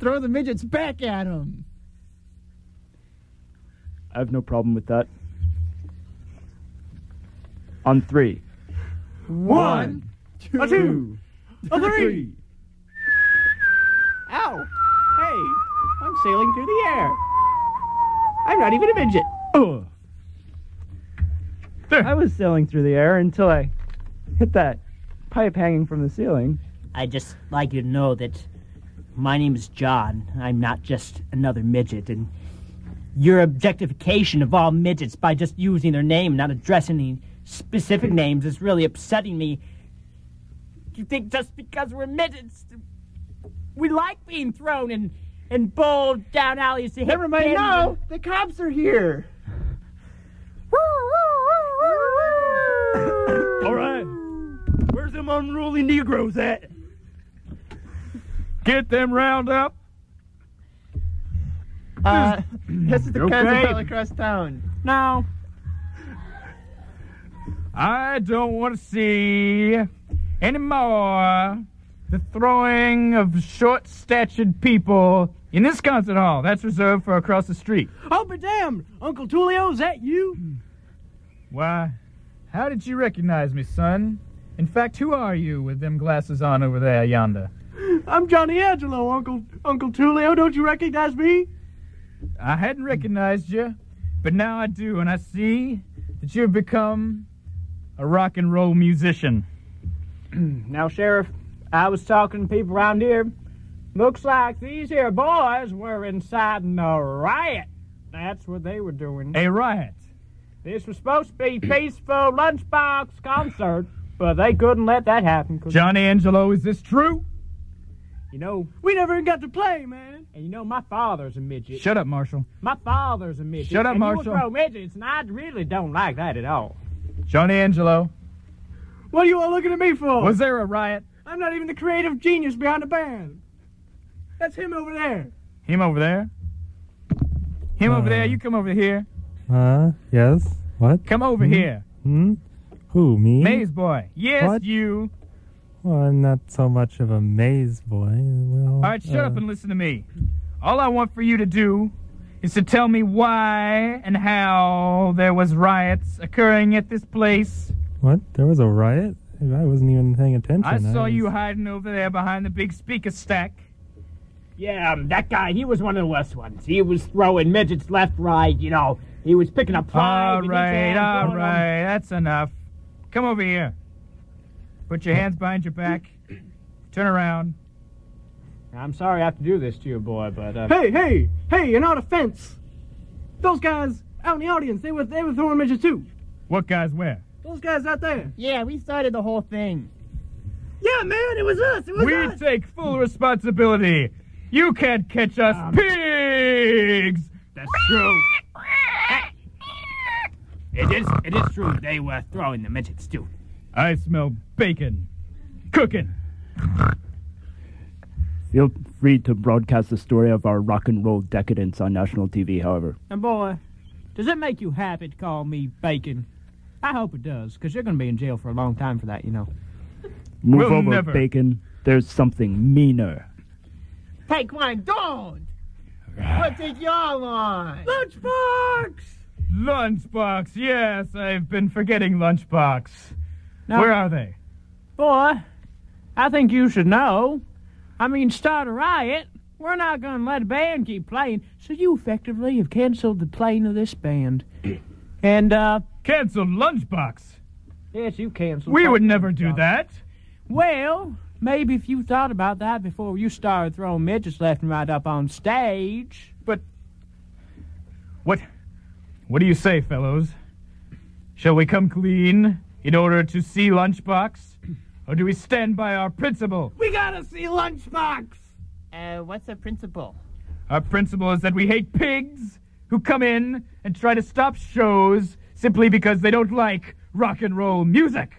Speaker 14: throw the midgets back at him.
Speaker 13: I have no problem with that. On three.
Speaker 16: One,
Speaker 13: a two,
Speaker 14: a three.
Speaker 9: Ow! Hey, I'm sailing through the air. I'm not even a midget.
Speaker 15: Oh. I was sailing through the air until I hit that pipe hanging from the ceiling.
Speaker 18: I just like you to know that my name is John. I'm not just another midget, and your objectification of all midgets by just using their name, not addressing any specific names, is really upsetting me.
Speaker 9: You think just because we're midgets, we like being thrown and and bowled down alleys to hit
Speaker 14: Never mind,
Speaker 9: pins
Speaker 14: no,
Speaker 9: and-
Speaker 14: the cops are here.
Speaker 17: All right. Where's them unruly Negroes at?
Speaker 8: Get them round up.
Speaker 14: Uh, this is the
Speaker 8: You
Speaker 14: kind
Speaker 8: okay?
Speaker 14: of fell across town.
Speaker 8: Now. I don't want to see anymore the throwing of short statured people in this concert hall. That's reserved for across the street.
Speaker 14: Oh, but damn, Uncle Tulio, is that you?
Speaker 8: Why, how did you recognize me, son? In fact, who are you with them glasses on over there yonder?
Speaker 14: I'm Johnny Angelo, Uncle Uncle Tulio. Don't you recognize me?
Speaker 8: I hadn't recognized you, but now I do, and I see that you've become a rock and roll musician.
Speaker 18: now, Sheriff, I was talking to people around here.
Speaker 9: Looks like these here boys were inciting a riot. That's what they were doing.
Speaker 8: A riot.
Speaker 9: This was supposed to be peaceful lunchbox concert, but they couldn't let that happen. 'cause-
Speaker 8: Johnny Angelo, is this true?
Speaker 9: You know, we never got to play, man. And you know, my father's a midget.
Speaker 8: Shut up, Marshall.
Speaker 9: My father's a midget.
Speaker 8: Shut up,
Speaker 9: and you
Speaker 8: Marshall.
Speaker 9: were pro midgets, and I really don't like that at all.
Speaker 8: Johnny Angelo,
Speaker 14: What are you all looking at me for?
Speaker 8: was there a riot?
Speaker 14: I'm not even the creative genius behind the band. That's him over there.
Speaker 8: Him over there? Him over
Speaker 4: Mm.
Speaker 8: there, you come over here.
Speaker 5: Uh, yes. What?
Speaker 8: Come over
Speaker 5: Hmm?
Speaker 8: here.
Speaker 5: Hmm? Who, me?
Speaker 8: Maze boy. Yes,
Speaker 5: What?
Speaker 8: you.
Speaker 5: Well, I'm not so much of a maze boy. Well,
Speaker 8: All right, shut
Speaker 5: uh.
Speaker 8: up and listen to me. All I want for you to do is to tell me why and how there was riots occurring at this place.
Speaker 5: What? There was a riot? I wasn't even paying attention.
Speaker 8: I saw
Speaker 5: was-
Speaker 8: you hiding over there behind the big speaker stack.
Speaker 9: Yeah, um, that guy, he was one of the worst ones. He was throwing midgets left, right, you know. He was picking up pride.
Speaker 8: All right, all right, that's enough. Come over here. Put your hands behind your back. Turn around.
Speaker 9: I'm sorry I have to do this to you, boy, but. Uh,
Speaker 14: Hey, hey, hey! In our defense, those guys out in the audience, they were they were throwing midgets too.
Speaker 8: What guys where?
Speaker 14: Those guys out there.
Speaker 4: Yeah, we started the whole thing.
Speaker 14: Yeah, man, it was us. It was
Speaker 8: We
Speaker 14: us.
Speaker 8: take full responsibility. You can't catch us
Speaker 14: Um,
Speaker 8: pigs! That's true.
Speaker 9: It is, it is true they were throwing the midgets, too.
Speaker 8: I smell bacon. Cooking.
Speaker 13: Feel free to broadcast the story of our rock and roll decadence on national TV, however.
Speaker 9: And boy, does it make you happy to call me bacon? I hope it does, because you're going to be in jail for a long time for that, you know.
Speaker 13: Move
Speaker 9: We'll
Speaker 13: over,
Speaker 9: never-
Speaker 13: bacon. There's something meaner.
Speaker 4: Take one, don't. We'll take y'all on.
Speaker 8: Lunchbox! Lunchbox, yes, I've been forgetting Lunchbox.
Speaker 9: Now-
Speaker 8: Where are they?
Speaker 9: Boy, I think you should know. I mean, start a riot. We're not going to let a band keep playing, so you effectively have canceled the playing of this band. And, uh.
Speaker 8: Canceled Lunchbox?
Speaker 9: Yes, you canceled.
Speaker 8: We would never do that.
Speaker 9: Well,
Speaker 19: Maybe if you thought about that before you started throwing midgets left and right up on stage.
Speaker 8: But What? What do you say, fellows? Shall we come clean in order to see Lunchbox? Or do we stand by our principle?
Speaker 20: We gotta see Lunchbox!
Speaker 4: Uh, what's the principle?
Speaker 8: Our principle is that we hate pigs who come in and try to stop shows simply because they don't like rock and roll music.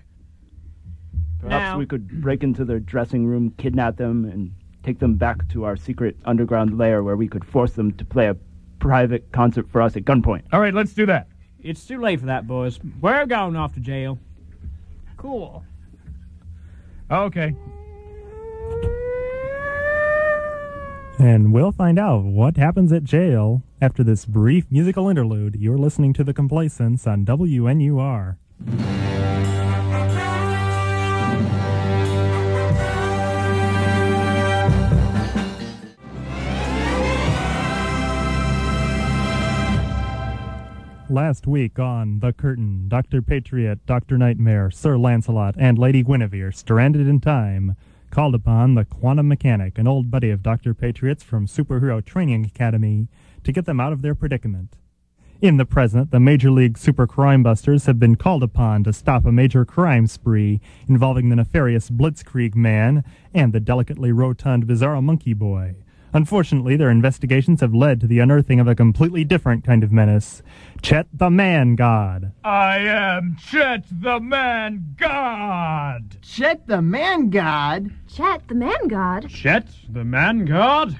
Speaker 13: Perhaps
Speaker 8: Now-
Speaker 13: we could break into their dressing room, kidnap them, and take them back to our secret underground lair where we could force them to play a private concert for us at gunpoint.
Speaker 8: All right, let's do that.
Speaker 19: It's too late for that, boys. We're going off to jail.
Speaker 20: Cool.
Speaker 8: Okay.
Speaker 10: And we'll find out what happens at jail after this brief musical interlude. You're listening to The Complacence on WNUR. Last week on The Curtain, Dr. Patriot, Dr. Nightmare, Sir Lancelot, and Lady Guinevere, stranded in time, called upon the Quantum Mechanic, an old buddy of Dr. Patriot's from Superhero Training Academy, to get them out of their predicament. In the present, the Major League Super Crime Busters have been called upon to stop a major crime spree involving the nefarious Blitzkrieg Man and the delicately rotund Bizarro Monkey Boy. Unfortunately, their investigations have led to the unearthing of a completely different kind of menace Chet the Man God.
Speaker 8: I am Chet the Man God!
Speaker 4: Chet the Man God?
Speaker 6: Chet the Man God?
Speaker 8: Chet the Man God?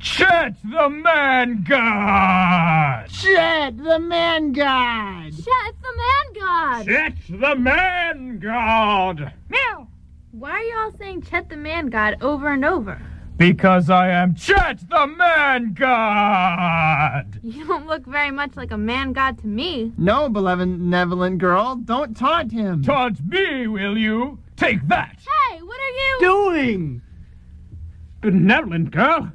Speaker 8: Chet the Man God!
Speaker 4: Chet the Man God!
Speaker 6: Chet the Man God!
Speaker 8: Chet the Man God!
Speaker 6: Meow! Why are you all saying Chet the Man God over and over?
Speaker 8: Because I am Chet the Man God!
Speaker 6: You don't look very much like a man god to me.
Speaker 4: No, benevolent girl, don't taunt him.
Speaker 8: Taunt me, will you? Take that!
Speaker 6: Hey, what are you
Speaker 11: doing? Benevolent girl?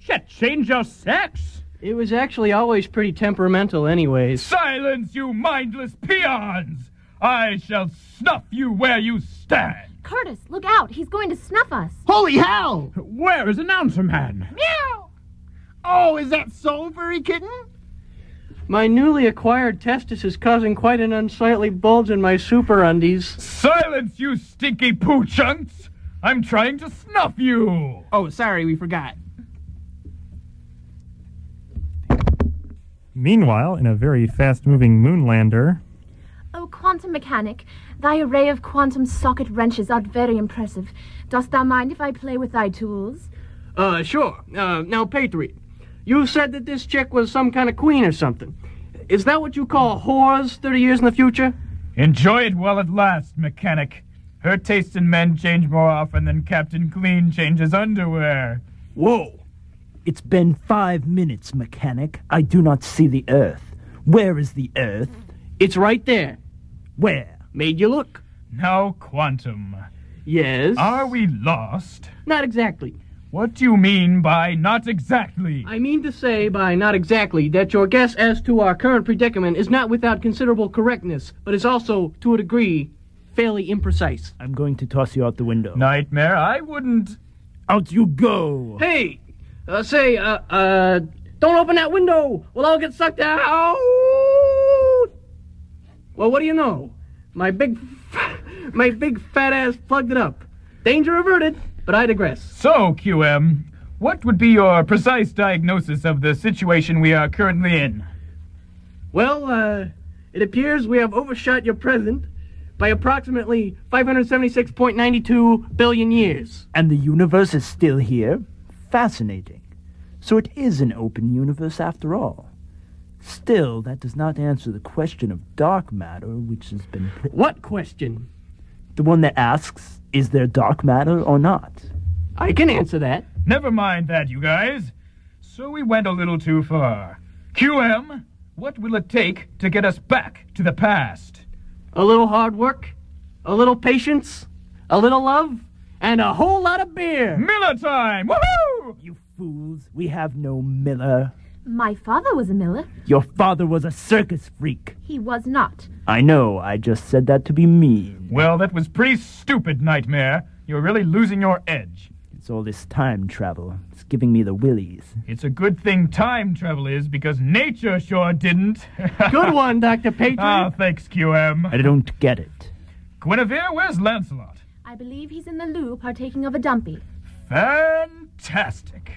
Speaker 11: Chet, change your sex?
Speaker 14: It was actually always pretty temperamental, anyways.
Speaker 8: Silence, you mindless peons! I shall snuff you where you stand!
Speaker 6: Curtis, look out! He's going to snuff us!
Speaker 4: Holy hell!
Speaker 11: Where is Announcer Man?
Speaker 4: Meow! Oh, is that so, furry kitten?
Speaker 14: My newly acquired testis is causing quite an unsightly bulge in my super undies.
Speaker 8: Silence, you stinky poo chunks! I'm trying to snuff you!
Speaker 4: Oh, sorry, we forgot.
Speaker 10: Meanwhile, in a very fast moving moonlander,
Speaker 6: Oh, quantum mechanic, thy array of quantum socket wrenches are very impressive. Dost thou mind if I play with thy tools?
Speaker 14: Uh, sure. Uh, now, Patriot, you said that this chick was some kind of queen or something. Is that what you call whores 30 years in the future?
Speaker 8: Enjoy it while it lasts, mechanic. Her taste in men change more often than Captain Clean changes underwear.
Speaker 3: Whoa! It's been five minutes, mechanic. I do not see the Earth. Where is the Earth?
Speaker 14: It's right there.
Speaker 3: Where?
Speaker 14: Made you look.
Speaker 8: Now, Quantum.
Speaker 14: Yes?
Speaker 8: Are we lost?
Speaker 14: Not exactly.
Speaker 8: What do you mean by not exactly?
Speaker 14: I mean to say by not exactly that your guess as to our current predicament is not without considerable correctness, but is also, to a degree, fairly imprecise.
Speaker 3: I'm going to toss you out the window.
Speaker 8: Nightmare, I wouldn't.
Speaker 3: Out you go!
Speaker 14: Hey, uh, say, uh, uh, don't open that window. We'll all get sucked out. Well, what do you know? My big, my big fat ass plugged it up. Danger averted, but I digress.
Speaker 8: So, QM, what would be your precise diagnosis of the situation we are currently in?
Speaker 14: Well, uh, it appears we have overshot your present by approximately 576.92 billion years.
Speaker 3: And the universe is still here? Fascinating. So it is an open universe after all. Still, that does not answer the question of dark matter, which has been.
Speaker 14: What question?
Speaker 3: The one that asks, is there dark matter or not?
Speaker 14: I can answer that.
Speaker 8: Never mind that, you guys. So we went a little too far. QM, what will it take to get us back to the past?
Speaker 14: A little hard work, a little patience, a little love, and a whole lot of beer.
Speaker 8: Miller time! Woohoo!
Speaker 3: You fools, we have no Miller.
Speaker 6: My father was a miller.
Speaker 3: Your father was a circus freak.
Speaker 6: He was not.
Speaker 3: I know, I just said that to be mean.
Speaker 8: Well, that was pretty stupid, Nightmare. You're really losing your edge.
Speaker 21: It's all this time travel. It's giving me the willies.
Speaker 8: It's a good thing time travel is because nature sure didn't.
Speaker 14: Good one, Dr. Patriot.
Speaker 8: Ah, thanks, QM.
Speaker 21: I don't get it.
Speaker 8: Guinevere, where's Lancelot?
Speaker 6: I believe he's in the loo partaking of a dumpy.
Speaker 8: Fantastic.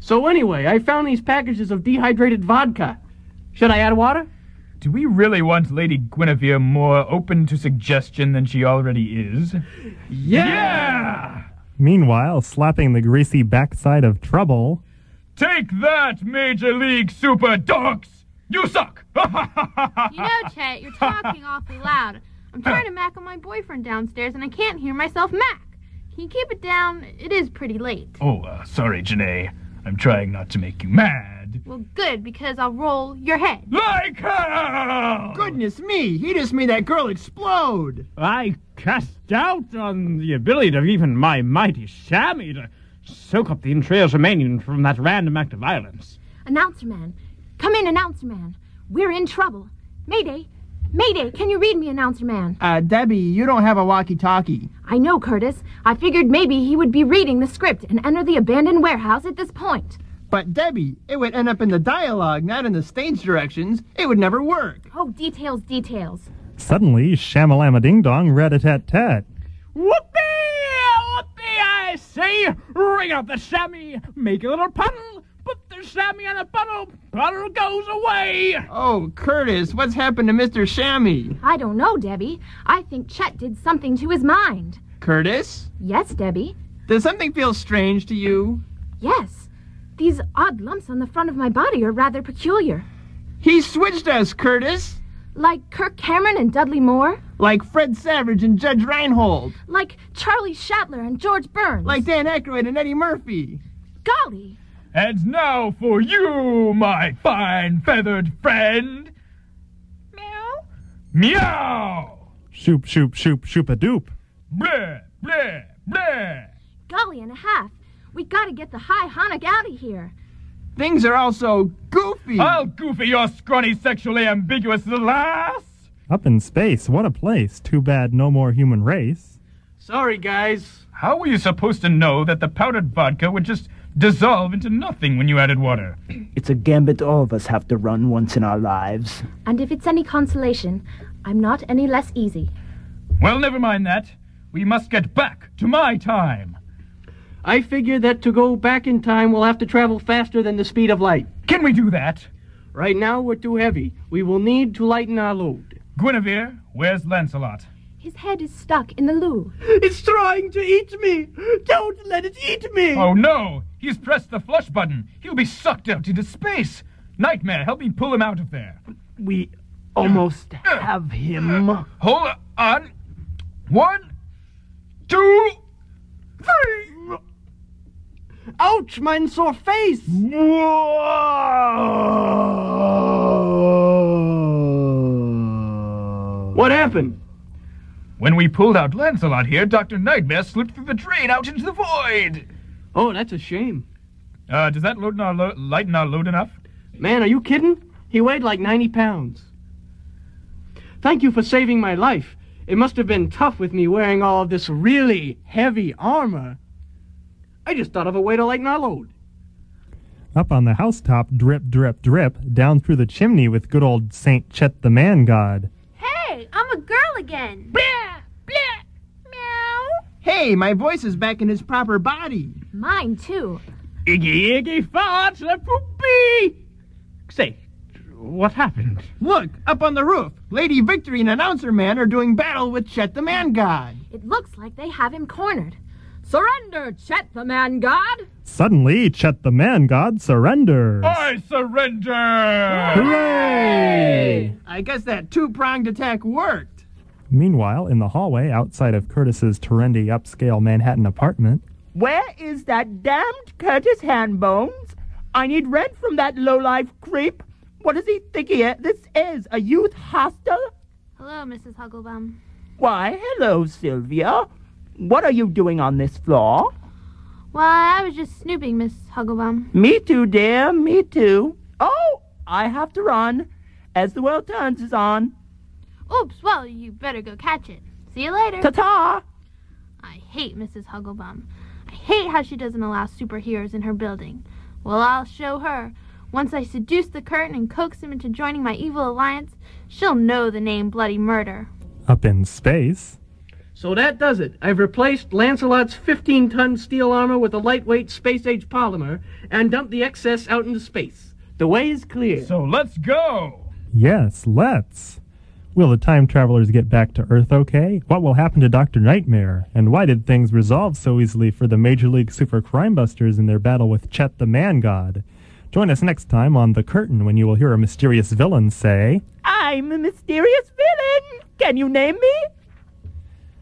Speaker 14: So anyway, I found these packages of dehydrated vodka. Should I add water?
Speaker 8: Do we really want Lady Guinevere more open to suggestion than she already is? Yeah!
Speaker 10: Meanwhile, slapping the greasy backside of Trouble.
Speaker 8: Take that, Major League Super Dogs! You suck!
Speaker 11: You know, Chet, you're talking awfully loud. I'm trying to mack on my boyfriend downstairs, and I can't hear myself mack. Can you keep it down? It is pretty late.
Speaker 8: Oh, uh, sorry, Janae. I'm trying not to make you mad.
Speaker 11: Well, good, because I'll roll your head.
Speaker 8: Like hell!
Speaker 4: Goodness me, he just made that girl explode.
Speaker 19: I cast doubt on the ability of even my mighty chamois to soak up the entrails remaining from that random act of violence.
Speaker 6: Announcer man, come in, announcer man. We're in trouble. Mayday, Mayday, can you read me, announcer man?
Speaker 4: Uh, Debbie, you don't have a walkie-talkie.
Speaker 6: I know, Curtis. I figured maybe he would be reading the script and enter the abandoned warehouse at this point.
Speaker 4: But Debbie, it would end up in the dialogue, not in the stage directions. It would never work.
Speaker 6: Oh, details, details.
Speaker 10: Suddenly, Shamalama Ding Dong rat a tat tat.
Speaker 19: Whoopee! Whoopee, I say! Ring out the chamois, make a little puddle, put the chamois on the puddle, puddle goes away!
Speaker 4: Oh, Curtis, what's happened to Mr. Shammy?
Speaker 6: I don't know, Debbie. I think Chet did something to his mind.
Speaker 4: Curtis?
Speaker 6: Yes, Debbie.
Speaker 4: Does something feel strange to you?
Speaker 6: Yes. These odd lumps on the front of my body are rather peculiar.
Speaker 4: He switched us, Curtis.
Speaker 6: Like Kirk Cameron and Dudley Moore.
Speaker 4: Like Fred Savage and Judge Reinhold.
Speaker 6: Like Charlie Shatler and George Burns.
Speaker 4: Like Dan Aykroyd and Eddie Murphy.
Speaker 6: Golly!
Speaker 8: And now for you, Oh, my fine feathered friend. Meow? Meow!
Speaker 10: Shoop, shoop, shoop, shoop a doop.
Speaker 8: Bleh, bleh, bleh!
Speaker 6: Golly and a half. We gotta get the high Hanuk out of here.
Speaker 4: Things are also goofy.
Speaker 8: I'll goofy your scrawny, sexually ambiguous little ass!
Speaker 10: Up in space, what a place. Too bad no more human race.
Speaker 14: Sorry, guys.
Speaker 8: How were you supposed to know that the powdered vodka would just dissolve into nothing when you added water?
Speaker 21: It's a gambit all of us have to run once in our lives.
Speaker 6: And if it's any consolation, I'm not any less easy.
Speaker 8: Well, never mind that. We must get back to my time.
Speaker 14: I figure that to go back in time, we'll have to travel faster than the speed of light.
Speaker 8: Can we do that?
Speaker 14: Right now, we're too heavy. We will need to lighten our load.
Speaker 8: Guinevere, where's Lancelot?
Speaker 6: His head is stuck in the loo.
Speaker 14: It's trying to eat me! Don't let it eat me!
Speaker 8: Oh no! He's pressed the flush button. He'll be sucked out into space. Nightmare, help me pull him out of there.
Speaker 21: We almost have him.
Speaker 8: Hold on. One, two, three.
Speaker 14: Ouch, mein sore face! What happened?
Speaker 8: When we pulled out Lancelot here, Dr. Nightmare slipped through the drain out into the void.
Speaker 14: Oh, that's a shame.
Speaker 8: Uh, does that load our lo- lighten our load enough?
Speaker 14: Man, are you kidding? He weighed like 90 pounds. Thank you for saving my life. It must have been tough with me wearing all of this really heavy armor. I just thought of a way to lighten our load.
Speaker 10: Up on the housetop, drip, drip, drip, down through the chimney with good old Saint Chet the Man God.
Speaker 11: Hey, I'm a girl again.
Speaker 6: Blah! Blah! Meow!
Speaker 4: Hey, my voice is back in its proper body.
Speaker 6: Mine, too.
Speaker 19: Iggy, Iggy, farts, the poopy! Say, what happened?
Speaker 4: Look, up on the roof, Lady Victory and Announcer Man are doing battle with Chet the Man God.
Speaker 6: It looks like they have him cornered. Surrender, Chet the Man God!
Speaker 10: Suddenly, Chet the Man God surrenders.
Speaker 8: I surrender!
Speaker 10: Hooray!
Speaker 4: I guess that two pronged attack worked.
Speaker 10: Meanwhile, in the hallway outside of Curtis's Terendi upscale Manhattan apartment,
Speaker 3: Where is that damned Curtis Handbones? I need rent from that low-life creep. What does he think he is? This is a youth hostel?
Speaker 11: Hello, Mrs. Hugglebum.
Speaker 3: Why, hello, Sylvia. What are you doing on this floor?
Speaker 11: Well, I was just snooping, Miss Hugglebum.
Speaker 3: Me too, dear, me too. Oh, I have to run. As the world turns is on.
Speaker 11: Oops, well, you better go catch it. See you later.
Speaker 3: Ta-ta!
Speaker 11: I hate Mrs. Hugglebum. I hate how she doesn't allow superheroes in her building. Well, I'll show her. Once I seduce the curtain and coax him into joining my evil alliance, she'll know the name Bloody Murder.
Speaker 10: Up in space.
Speaker 22: So that does it. I've replaced Lancelot's 15 ton steel armor with a lightweight space age polymer and dumped the excess out into space. The way is clear.
Speaker 8: So let's go!
Speaker 10: Yes, let's. Will the time travelers get back to Earth okay? What will happen to Dr. Nightmare? And why did things resolve so easily for the Major League Super Crimebusters in their battle with Chet the Man God? Join us next time on The Curtain when you will hear a mysterious villain say,
Speaker 9: I'm a mysterious villain. Can you name me?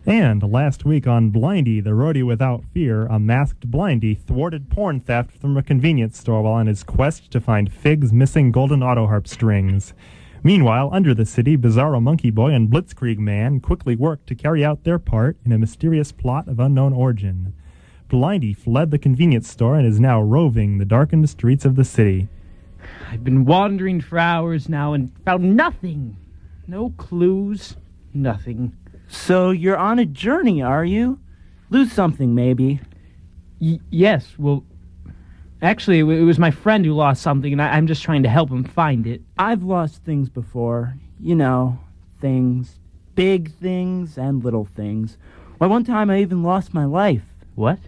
Speaker 10: And last week on Blindy, the roadie without fear, a masked blindy thwarted porn theft from a convenience store while on his quest to find Fig's missing golden auto harp strings. Meanwhile, under the city, Bizarro Monkey Boy and Blitzkrieg Man quickly worked to carry out their part in a mysterious plot of unknown origin. Blindy fled the convenience store and is now roving the darkened streets of the city.
Speaker 19: I've been wandering for hours now and found nothing. No clues, nothing.
Speaker 3: So you're on a journey, are you? Lose something, maybe.
Speaker 19: Y- yes, well, actually, it was my friend who lost something, and I- I'm just trying to help him find it.
Speaker 3: I've lost things before. You know, things. Big things and little things. Why, one time I even lost my life.
Speaker 19: What?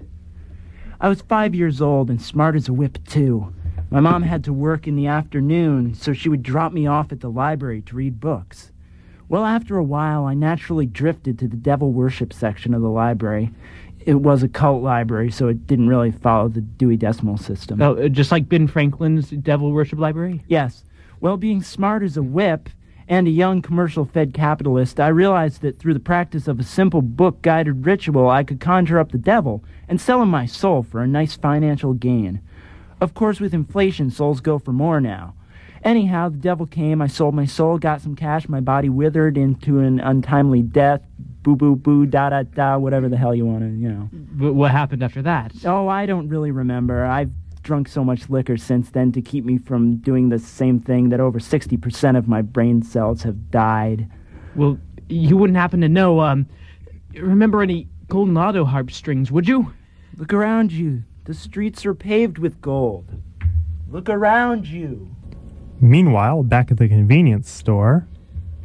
Speaker 3: I was five years old and smart as a whip, too. My mom had to work in the afternoon, so she would drop me off at the library to read books. Well, after a while, I naturally drifted to the devil worship section of the library. It was a cult library, so it didn't really follow the Dewey Decimal System.
Speaker 19: Oh, uh, just like Ben Franklin's Devil Worship Library?
Speaker 3: Yes. Well, being smart as a whip and a young commercial fed capitalist, I realized that through the practice of a simple book guided ritual, I could conjure up the devil and sell him my soul for a nice financial gain. Of course, with inflation, souls go for more now. Anyhow, the devil came, I sold my soul, got some cash, my body withered into an untimely death. Boo, boo, boo, da, da, da, whatever the hell you want to, you know.
Speaker 19: But what happened after that?
Speaker 3: Oh, I don't really remember. I've drunk so much liquor since then to keep me from doing the same thing that over 60% of my brain cells have died.
Speaker 19: Well, you wouldn't happen to know, um, remember any golden auto harp strings, would you?
Speaker 3: Look around you. The streets are paved with gold. Look around you.
Speaker 10: Meanwhile, back at the convenience store,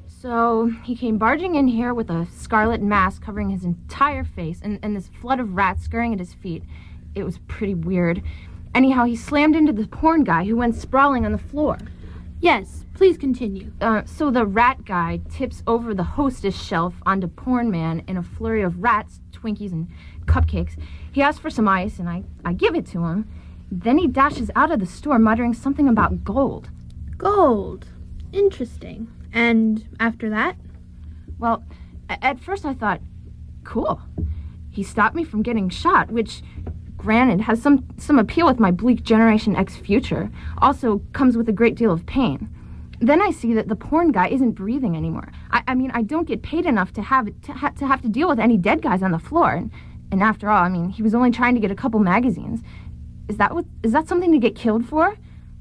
Speaker 6: So he came barging in here with a scarlet mask covering his entire face and, and this flood of rats scurrying at his feet. It was pretty weird. Anyhow, he slammed into the porn guy who went sprawling on the floor.
Speaker 11: Yes, please continue.
Speaker 6: Uh, so the rat guy tips over the hostess shelf onto Porn Man in a flurry of rats, Twinkies, and cupcakes. He asks for some ice, and I, I give it to him. Then he dashes out of the store muttering something about gold.
Speaker 11: Gold. Interesting. And after that?
Speaker 6: Well, a- at first I thought, cool. He stopped me from getting shot, which, granted, has some, some appeal with my bleak Generation X future. Also comes with a great deal of pain. Then I see that the porn guy isn't breathing anymore. I, I mean, I don't get paid enough to have to, ha- to have to deal with any dead guys on the floor. And, and after all, I mean, he was only trying to get a couple magazines. Is that what is that something to get killed for?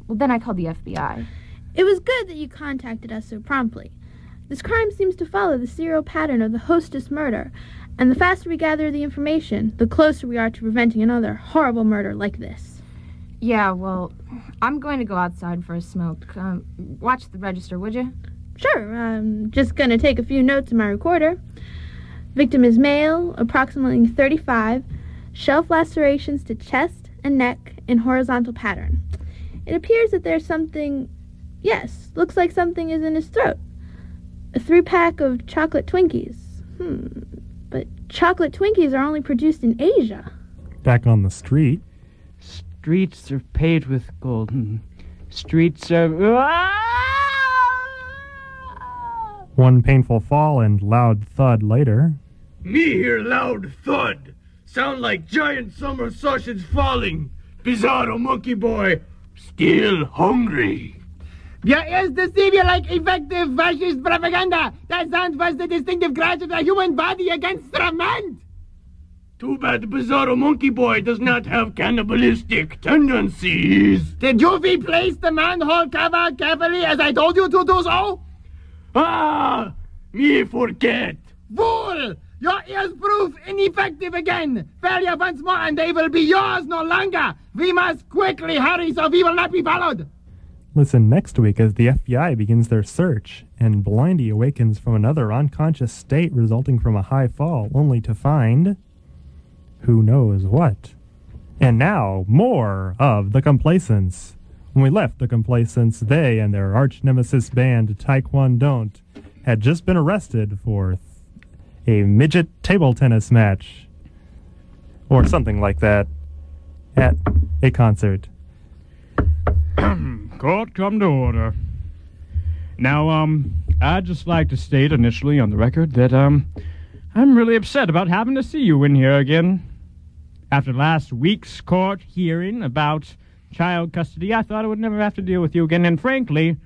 Speaker 6: Well, then I called the FBI.
Speaker 11: It was good that you contacted us so promptly. This crime seems to follow the serial pattern of the hostess murder, and the faster we gather the information, the closer we are to preventing another horrible murder like this.
Speaker 6: Yeah, well, I'm going to go outside for a smoke. Um, watch the register, would you?
Speaker 11: Sure, I'm just gonna take a few notes in my recorder. Victim is male, approximately 35, shelf lacerations to chest and neck in horizontal pattern. It appears that there's something. Yes, looks like something is in his throat. A three pack of chocolate Twinkies. Hmm, but chocolate Twinkies are only produced in Asia.
Speaker 10: back on the street,
Speaker 19: Streets are paved with gold. Hmm. Streets are. Ah!
Speaker 10: one painful fall and loud thud later,
Speaker 14: Me hear loud thud. Sound like giant summer sausage falling. Bizarro monkey boy. Still hungry.
Speaker 4: Your ears deceive you like effective fascist propaganda. That sound was the distinctive crash of the human body against cement.
Speaker 14: Too bad Bizarro monkey boy does not have cannibalistic tendencies.
Speaker 4: Did you replace the manhole cover carefully as I told you to do so?
Speaker 14: Ah, me forget.
Speaker 4: Fool! Your ears prove ineffective again. Failure once more, and they will be yours no longer. We must quickly hurry so we will not be followed.
Speaker 10: Listen next week as the FBI begins their search and Blindy awakens from another unconscious state resulting from a high fall, only to find who knows what. And now, more of The Complacents. When we left The Complacents, they and their arch nemesis band, Taekwondo, had just been arrested for a midget table tennis match or something like that at a concert.
Speaker 19: Court come to order. Now, um, I'd just like to state initially on the record that, um, I'm really upset about having to see you in here again. After last week's court hearing about child custody, I thought I would never have to deal with you again, and frankly,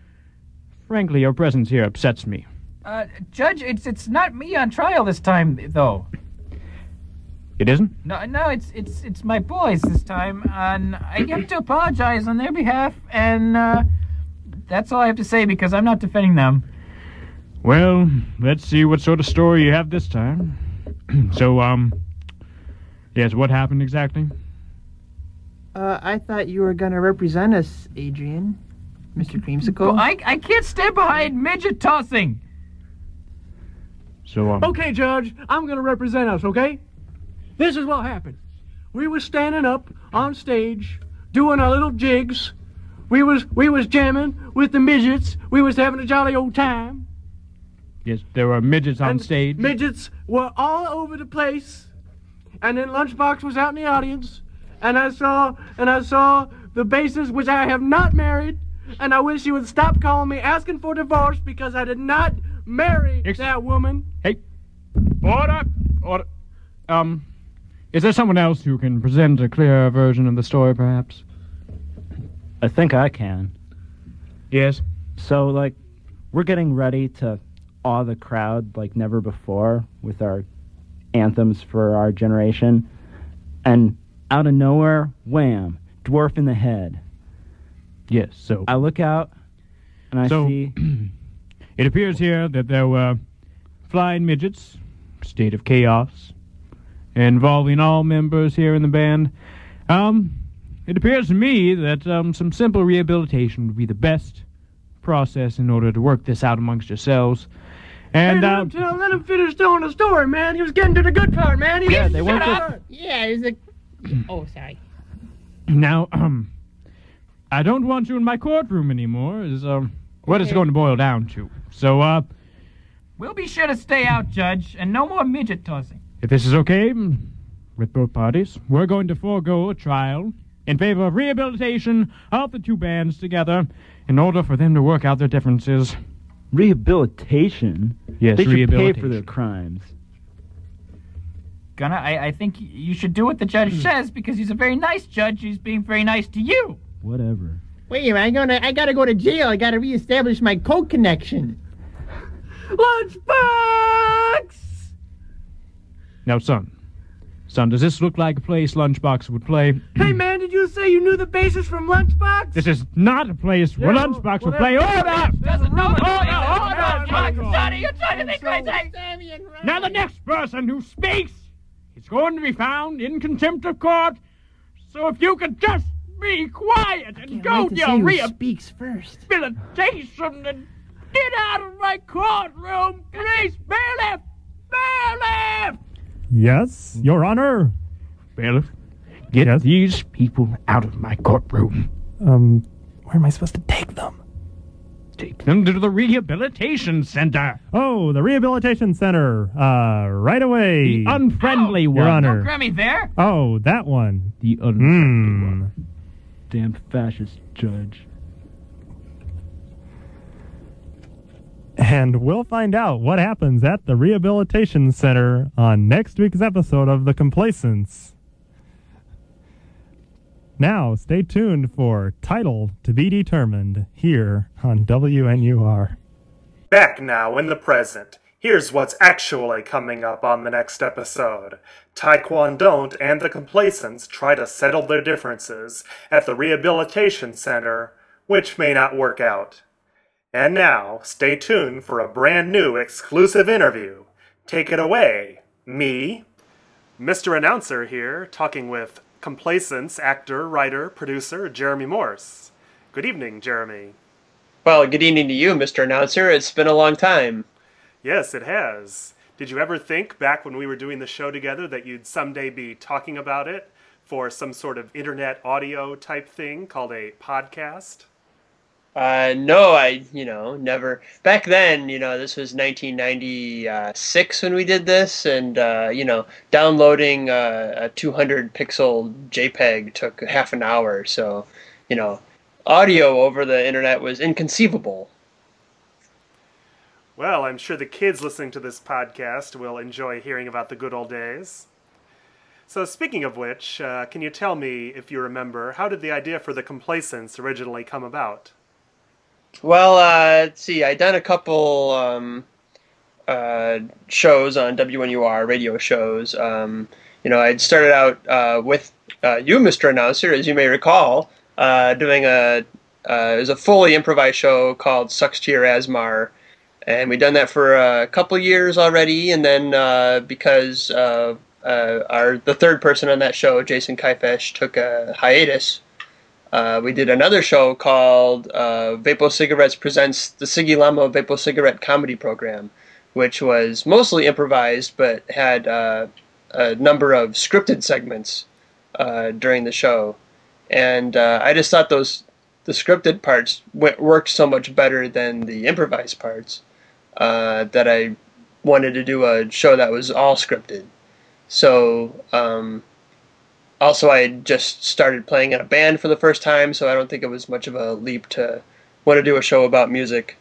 Speaker 19: frankly, your presence here upsets me.
Speaker 12: Uh, Judge, it's it's not me on trial this time, though.
Speaker 19: It isn't?
Speaker 12: No, no, it's it's it's my boys this time, and I have to apologize on their behalf, and uh, that's all I have to say because I'm not defending them.
Speaker 19: Well, let's see what sort of story you have this time. so, um, yes, what happened exactly?
Speaker 8: Uh, I thought you were going to represent us, Adrian. Mr. Creamsicle.
Speaker 12: Well, I I can't stand behind midget tossing.
Speaker 19: So, um,
Speaker 14: Okay, Judge, I'm going to represent us, okay? This is what happened. We was standing up on stage, doing our little jigs. We was we was jamming with the midgets. We was having a jolly old time.
Speaker 19: yes, there were midgets on stage.
Speaker 14: Midgets were all over the place, and then Lunchbox was out in the audience, and I saw and I saw the bassist, which I have not married, and I wish you would stop calling me asking for divorce because I did not marry that woman.
Speaker 19: Hey, order, order. Um, is there someone else who can present a clearer version of the story, perhaps?
Speaker 3: I think I can.
Speaker 19: Yes.
Speaker 3: So, like, we're getting ready to awe the crowd like never before with our anthems for our generation. And out of nowhere, wham, dwarf in the head.
Speaker 19: Yes, so.
Speaker 3: I look out and I
Speaker 19: So-
Speaker 3: see.
Speaker 19: It appears here that there were flying midgets, state of chaos, involving all members here in the band. Um, it appears to me that um, some simple rehabilitation would be the best process in order to work this out amongst yourselves. And
Speaker 14: hey,
Speaker 19: um,
Speaker 14: let, him tell, let him finish telling the story, man. He was getting to the good part, man. He
Speaker 19: Yeah,
Speaker 14: was-
Speaker 19: they
Speaker 14: Shut
Speaker 19: weren't
Speaker 14: up.
Speaker 19: just-
Speaker 4: Yeah, it was a. Oh, sorry.
Speaker 19: now, um, I don't want you in my courtroom anymore. Is um, what it's
Speaker 12: Okay.
Speaker 19: going to boil down to. So, uh,
Speaker 12: We'll be sure to stay out, Judge, and no more midget tossing.
Speaker 19: If this is okay mm, with both parties, we're going to forego a trial in favor of rehabilitation of the two bands together in order for them to work out their differences.
Speaker 3: Rehabilitation?
Speaker 19: Yes,
Speaker 3: they should pay
Speaker 19: rehabilitation.
Speaker 3: for their crimes.
Speaker 12: Gunna, I, I think y- you should do what the judge says because he's a very nice judge. He's being very nice to you.
Speaker 3: Whatever.
Speaker 23: Wait, I gonna I gotta go to jail. I gotta reestablish my coke connection.
Speaker 12: Lunchbox!
Speaker 19: Now, son, son, does this look like a place Lunchbox would play?
Speaker 14: Hey, man, did you say you knew the basis from Lunchbox?
Speaker 19: This is not a place where
Speaker 14: Yeah,
Speaker 19: Lunchbox
Speaker 14: well,
Speaker 19: would play.
Speaker 14: that's-
Speaker 19: Order!
Speaker 12: Doesn't know
Speaker 14: Oh,
Speaker 12: the
Speaker 14: no,
Speaker 12: oh,
Speaker 14: oh, no,
Speaker 12: Lunchbox,
Speaker 14: no, no.
Speaker 12: Johnny, you're trying to be crazy.
Speaker 19: Now, the next person who speaks is going to be found in contempt of court. So if you could just be quiet and go
Speaker 8: wait
Speaker 19: to
Speaker 8: to
Speaker 19: your
Speaker 8: see who
Speaker 19: speaks first.
Speaker 24: Rehabilitation and get out of my courtroom, please, bailiff! Bailiff!
Speaker 19: Yes, Your Honor. Bailiff, get these people out of my courtroom.
Speaker 10: Um, where am I supposed to take them?
Speaker 19: Take them to the rehabilitation center.
Speaker 10: Oh, the Rehabilitation Center. Uh, right away.
Speaker 19: The unfriendly one.
Speaker 10: Your Honor.
Speaker 12: Don't grab me there.
Speaker 10: Oh, that one. Hmm.
Speaker 19: The unfriendly
Speaker 10: one.
Speaker 3: Damn fascist judge.
Speaker 10: And we'll find out what happens at the Rehabilitation Center on next week's episode of The Complacents. Now, stay tuned for Title to Be Determined here on WNUR.
Speaker 2: Back now in the present. Here's what's actually coming up on the next episode. Taekwondo and the Complacents try to settle their differences at the Rehabilitation Center, which may not work out. And now, stay tuned for a brand new exclusive interview. Take it away, me, Mr. Announcer here, talking with complacence actor, writer, producer Jeremy Morse. Good evening, Jeremy.
Speaker 16: Well, good evening to you, Mr. Announcer. It's been a long time.
Speaker 2: Yes, it has. Did you ever think back when we were doing the show together that you'd someday be talking about it for some sort of internet audio type thing called a podcast?
Speaker 16: Uh, no, I, you know, never. Back then, you know, this was 1996 when we did this, and, uh, you know, downloading uh, a 200 pixel JPEG took half an hour, so, you know, audio over the internet was inconceivable.
Speaker 2: Well, I'm sure the kids listening to this podcast will enjoy hearing about the good old days. So, speaking of which, uh, can you tell me, if you remember, how did the idea for the complacence originally come about?
Speaker 16: Well, uh, let's see. I done a couple um, uh, shows on WNUR radio shows. Um, you know, I'd started out uh, with uh, you, Mr. Announcer, as you may recall, uh, doing a uh, it was a fully improvised show called "Sucks to Your Asmar," and we'd done that for a couple years already. And then uh, because uh, uh, our the third person on that show, Jason Kaifesh, took a hiatus uh, we did another show called uh, Vapo Cigarettes Presents the Sigilamo Vapo Cigarette Comedy Program, which was mostly improvised but had uh, a number of scripted segments uh, during the show. And uh, I just thought those the scripted parts w- worked so much better than the improvised parts uh, that I wanted to do a show that was all scripted. So um, also I had just started playing in a band for the first time, so I don't think it was much of a leap to want to do a show about music.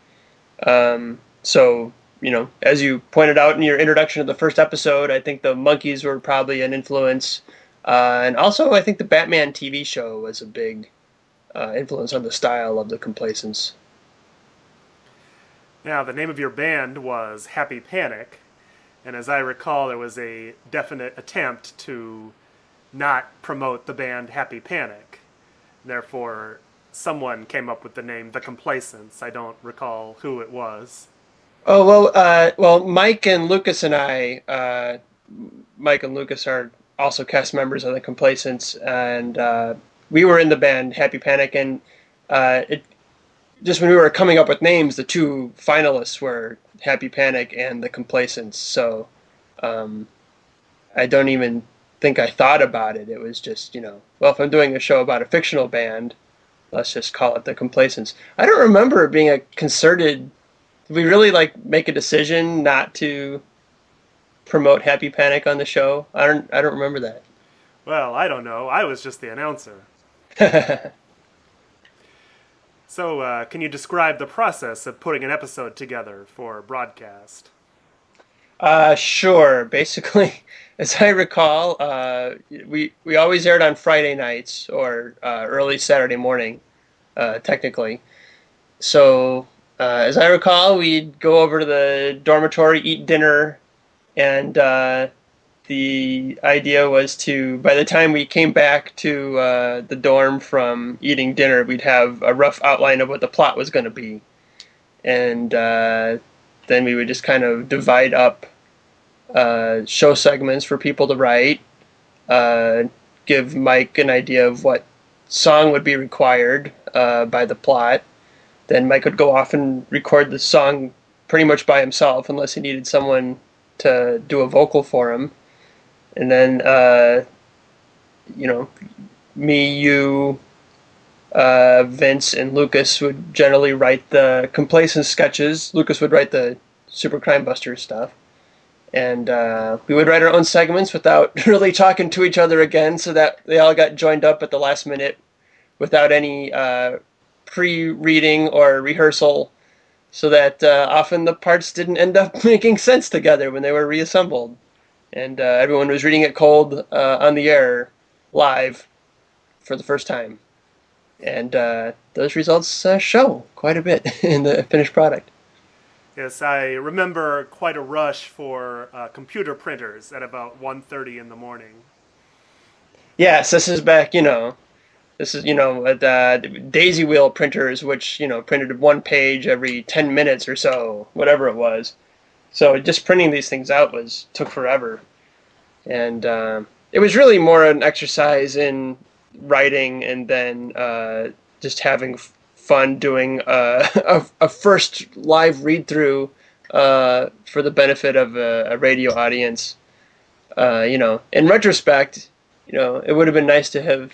Speaker 16: Um, so you know, as you pointed out in your introduction to the first episode, I think the monkeys were probably an influence, uh, and also I think the Batman TV show was a big uh, influence on the style of the complacence.
Speaker 2: Now, the name of your band was Happy Panic, and as I recall, there was a definite attempt to not promote the band Happy Panic. Therefore, someone came up with the name The Complacents. I don't recall who it was.
Speaker 16: Oh well, uh, well Mike and Lucas and I, uh, Mike and Lucas are also cast members of the Complacents, and uh, we were in the band Happy Panic, and uh, it just when we were coming up with names, the two finalists were Happy Panic and the Complacents. So um, I don't even think I thought about it. It was just, you know, well, if I'm doing a show about a fictional band, let's just call it The Complacents. I don't remember it being a concerted. Did we really like make a decision not to promote Happy Panic on the show? I don't. I don't remember that.
Speaker 2: Well, I don't know. I was just the announcer. so, uh, can you describe the process of putting an episode together for broadcast?
Speaker 16: Uh, sure. Basically, as I recall, uh, we we always aired on Friday nights or uh, early Saturday morning, uh, technically. So, uh, as I recall, we'd go over to the dormitory, eat dinner, and uh, the idea was to by the time we came back to uh, the dorm from eating dinner, we'd have a rough outline of what the plot was going to be, and uh, then we would just kind of divide up uh, show segments for people to write, uh, give Mike an idea of what song would be required uh, by the plot. Then Mike would go off and record the song pretty much by himself, unless he needed someone to do a vocal for him. And then, uh, you know, me, you, uh, Vince, and Lucas would generally write the complacent sketches. Lucas would write the Super Crime Buster stuff and uh, we would write our own segments without really talking to each other again, so that they all got joined up at the last minute without any uh, pre reading or rehearsal, so that uh, often the parts didn't end up making sense together when they were reassembled. And uh, everyone was reading it cold uh, on the air live for the first time. And uh, those results uh, show quite a bit in the finished product.
Speaker 2: Yes, I remember quite a rush for uh, computer printers at about 1.30 in the morning.
Speaker 16: Yes, this is back, you know, this is, you know, uh, the daisy wheel printers, which, you know, printed one page every 10 minutes or so, whatever it was. So just printing these things out was took forever. and um, it was really more an exercise in writing and then uh, just having f- fun doing uh, a, a first live read through uh, for the benefit of a, a radio audience. Uh, you know, in retrospect, you know, it would have been nice to have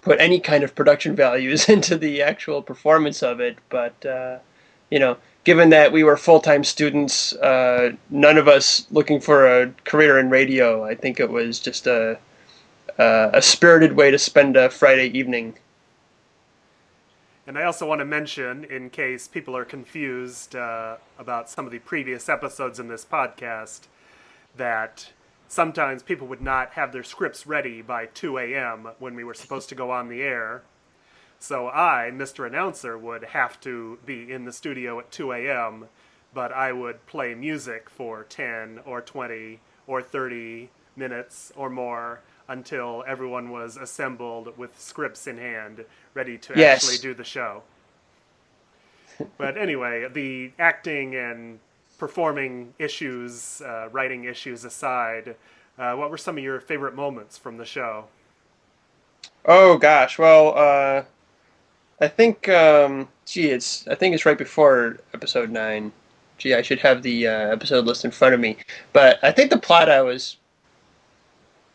Speaker 16: put any kind of production values into the actual performance of it, but uh, you know, given that we were full-time students, uh, none of us looking for a career in radio, I think it was just a uh, a spirited way to spend a Friday evening.
Speaker 2: And I also want to mention, in case people are confused uh, about some of the previous episodes in this podcast, that sometimes people would not have their scripts ready by 2 a.m. when we were supposed to go on the air. So I, Mr. Announcer, would have to be in the studio at 2 a.m., but I would play music for 10 or 20 or 30 minutes or more until everyone was assembled with scripts in hand, ready to
Speaker 16: Yes.
Speaker 2: actually do the show. But anyway, the acting and performing issues, uh, writing issues aside, uh, what were some of your favorite moments from the show?
Speaker 16: Oh gosh, well, uh, I think um, gee, it's I think it's right before episode nine. Gee, I should have the uh, episode list in front of me, but I think the plot I was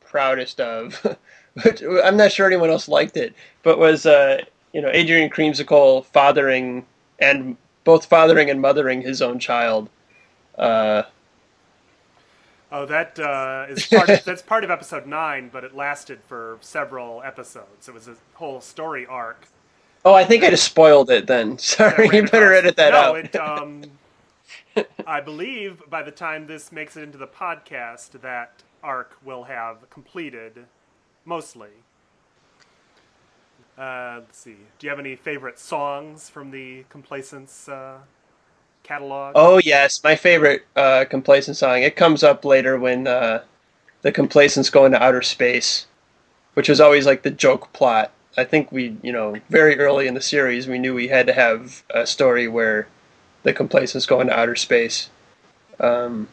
Speaker 16: proudest of, which I'm not sure anyone else liked it, but was uh, you know Adrian Creamsicle fathering and both fathering and mothering his own child. Uh,
Speaker 2: Oh, that uh, is part. Of, that's part of episode nine, but it lasted for several episodes. It was a whole story arc.
Speaker 16: oh, I think I just spoiled it then. Sorry, you better edit that
Speaker 2: no,
Speaker 16: out.
Speaker 2: it. Um, I believe by the time this makes it into the podcast, that arc will have completed, mostly. Uh, let's see. Do you have any favorite songs from the Complacence uh, catalog?
Speaker 16: Oh yes, my favorite uh, complacent song. It comes up later when uh, the complacents go into outer space, which was always like the joke plot. I think we, you know, very early in the series, we knew we had to have a story where the complacents go into outer space, um,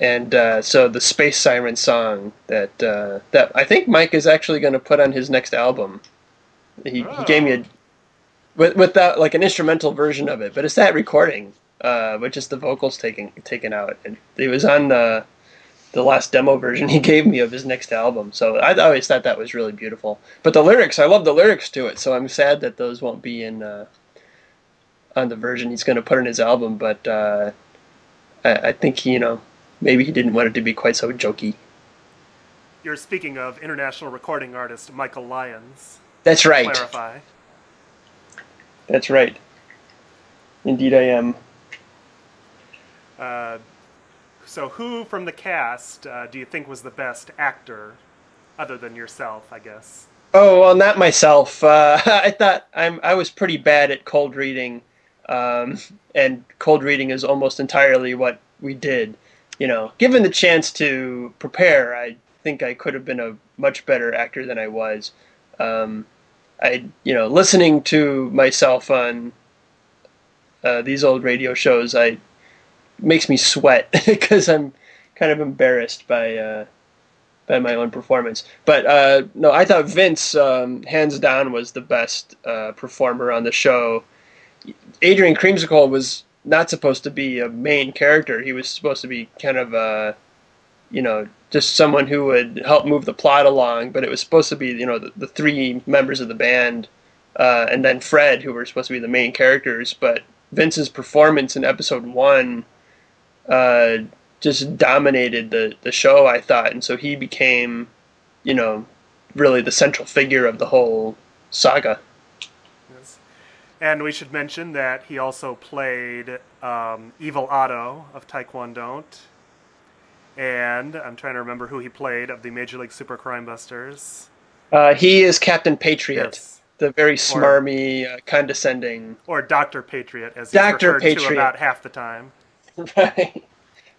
Speaker 16: and uh, so the space siren song that uh, that I think Mike is actually going to put on his next album. He, he gave me a with with that like an instrumental version of it, but it's that recording, uh, with just the vocals taken taken out. And it was on uh, the last demo version he gave me of his next album. So I always thought that was really beautiful. But the lyrics, I love the lyrics to it. So I'm sad that those won't be in uh, on the version he's going to put in his album. But uh, I, I think he, you know maybe he didn't want it to be quite so jokey.
Speaker 2: You're speaking of international recording artist Michael Lyons.
Speaker 16: That's right.
Speaker 2: Clarify.
Speaker 16: That's right. Indeed, I am.
Speaker 2: Uh, so, who from the cast uh, do you think was the best actor, other than yourself, I guess?
Speaker 16: Oh well, not myself. Uh, I thought I'm. I was pretty bad at cold reading, um, and cold reading is almost entirely what we did. You know, given the chance to prepare, I think I could have been a much better actor than I was. Um, I, you know, listening to myself on uh, these old radio shows, I makes me sweat because I'm kind of embarrassed by. Uh, by my own performance. But uh, no, I thought Vince, um, hands down, was the best uh, performer on the show. Adrian Creamsicle was not supposed to be a main character. He was supposed to be kind of a, you know, just someone who would help move the plot along. But it was supposed to be, you know, the, the three members of the band, uh, and then Fred, who were supposed to be the main characters. But Vince's performance in episode one uh, just dominated the, the show, I thought. And so he became, you know, really the central figure of the whole saga.
Speaker 2: Yes. And we should mention that he also played um, Evil Otto of Taekwondo. And I'm trying to remember who he played of the Major League Super Crime Busters.
Speaker 16: Uh, he is Captain Patriot, the very smarmy, uh, condescending.
Speaker 2: Or Dr. Patriot, as he's
Speaker 16: Dr.
Speaker 2: referred to
Speaker 16: Patriot.
Speaker 2: about half the time.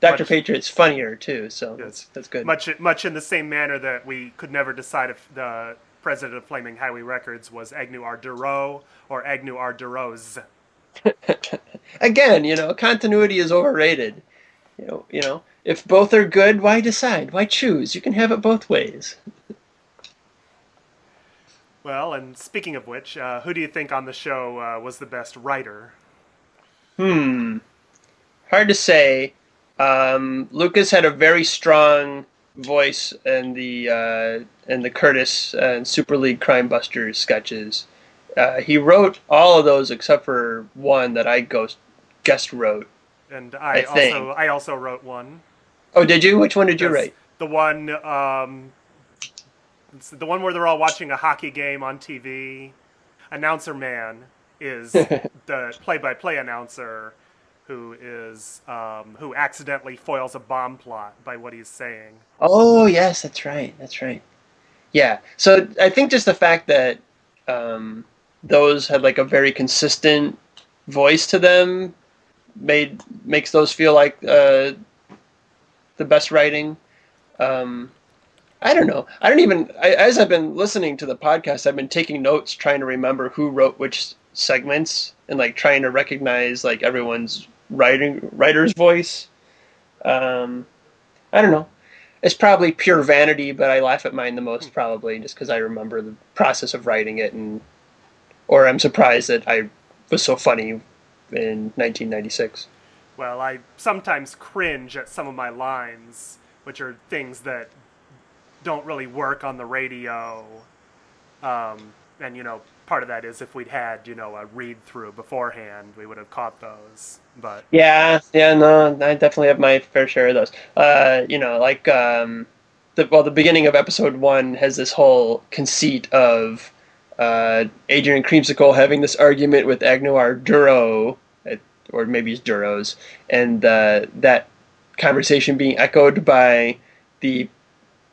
Speaker 16: Right. Dr. Patriot's funnier, too, so that's, that's good.
Speaker 2: Much, much in the same manner that we could never decide if the president of Flaming Highway Records was Agnew Arduro or Agnew Arduroz.
Speaker 16: Again, you know, continuity is overrated. You know, you know, If both are good, why decide? Why choose? You can have it both ways.
Speaker 2: Well, and speaking of which, uh, who do you think on the show uh, was the best writer?
Speaker 16: Hmm. Hard to say. Um, Lucas had a very strong voice in the uh, in the Curtis and Super League Crime Busters sketches. Uh, he wrote all of those except for one that I ghost guest wrote.
Speaker 2: And I,
Speaker 16: I think.
Speaker 2: also I also wrote one.
Speaker 16: Oh, did you? Which one did you
Speaker 2: Yes,
Speaker 16: write?
Speaker 2: The one um, it's the one where they're all watching a hockey game on TV. Announcer man is the play-by-play announcer who is um, who accidentally foils a bomb plot by what he's saying.
Speaker 16: Oh yes, that's right. That's right. Yeah. So I think just the fact that um, those had like a very consistent voice to them made makes those feel like uh, the best writing. Um, I don't know. I don't even I, as I've been listening to the podcast, I've been taking notes, trying to remember who wrote which segments, and like trying to recognize like everyone's writing writer's voice. Um, I don't know. It's probably pure vanity, but I laugh at mine the most probably just because I remember the process of writing it, and or I'm surprised that I was so funny in 1996.
Speaker 2: Well, I sometimes cringe at some of my lines, which are things that don't really work on the radio. Um, and, you know, part of that is if we'd had, you know, a read through beforehand, we would have caught those. But
Speaker 16: Yeah, yeah, no, I definitely have my fair share of those. Uh, you know, like um, the well, the beginning of episode one has this whole conceit of uh, Adrian Creamsicle having this argument with Agnoir Duro, uh, or maybe it's Duros, and uh, that conversation being echoed by the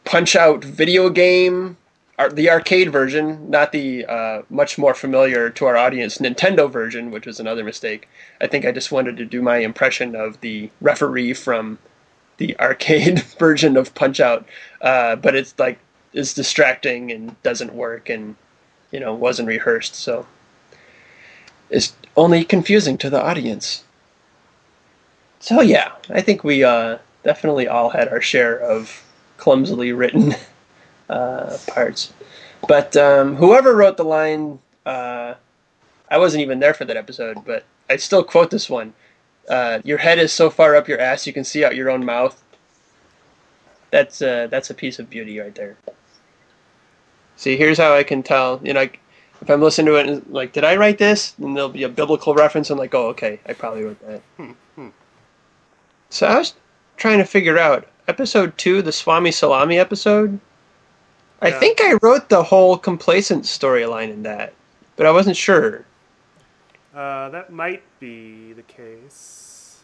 Speaker 16: Punch Out video game, ar- the arcade version, not the uh, much more familiar to our audience Nintendo version, which was another mistake. I think I just wanted to do my impression of the referee from the arcade version of Punch Out, uh, but it's like it's distracting and doesn't work and you know wasn't rehearsed, so it's only confusing to the audience. So yeah, I think we uh, definitely all had our share of clumsily written uh, parts. But um, whoever wrote the line, uh, I wasn't even there for that episode, but I still quote this one. Uh, your head is so far up your ass you can see out your own mouth. That's uh, that's a piece of beauty right there. See, here's how I can tell. You know, like, if I'm listening to it, and like, did I write this? And there'll be a biblical reference. I'm like, oh, okay, I probably wrote that. So I was trying to figure out episode two, the Swami Salami episode. I
Speaker 2: Yeah.
Speaker 16: think I wrote the whole complacent storyline in that, but I wasn't sure.
Speaker 2: uh, that might be the case.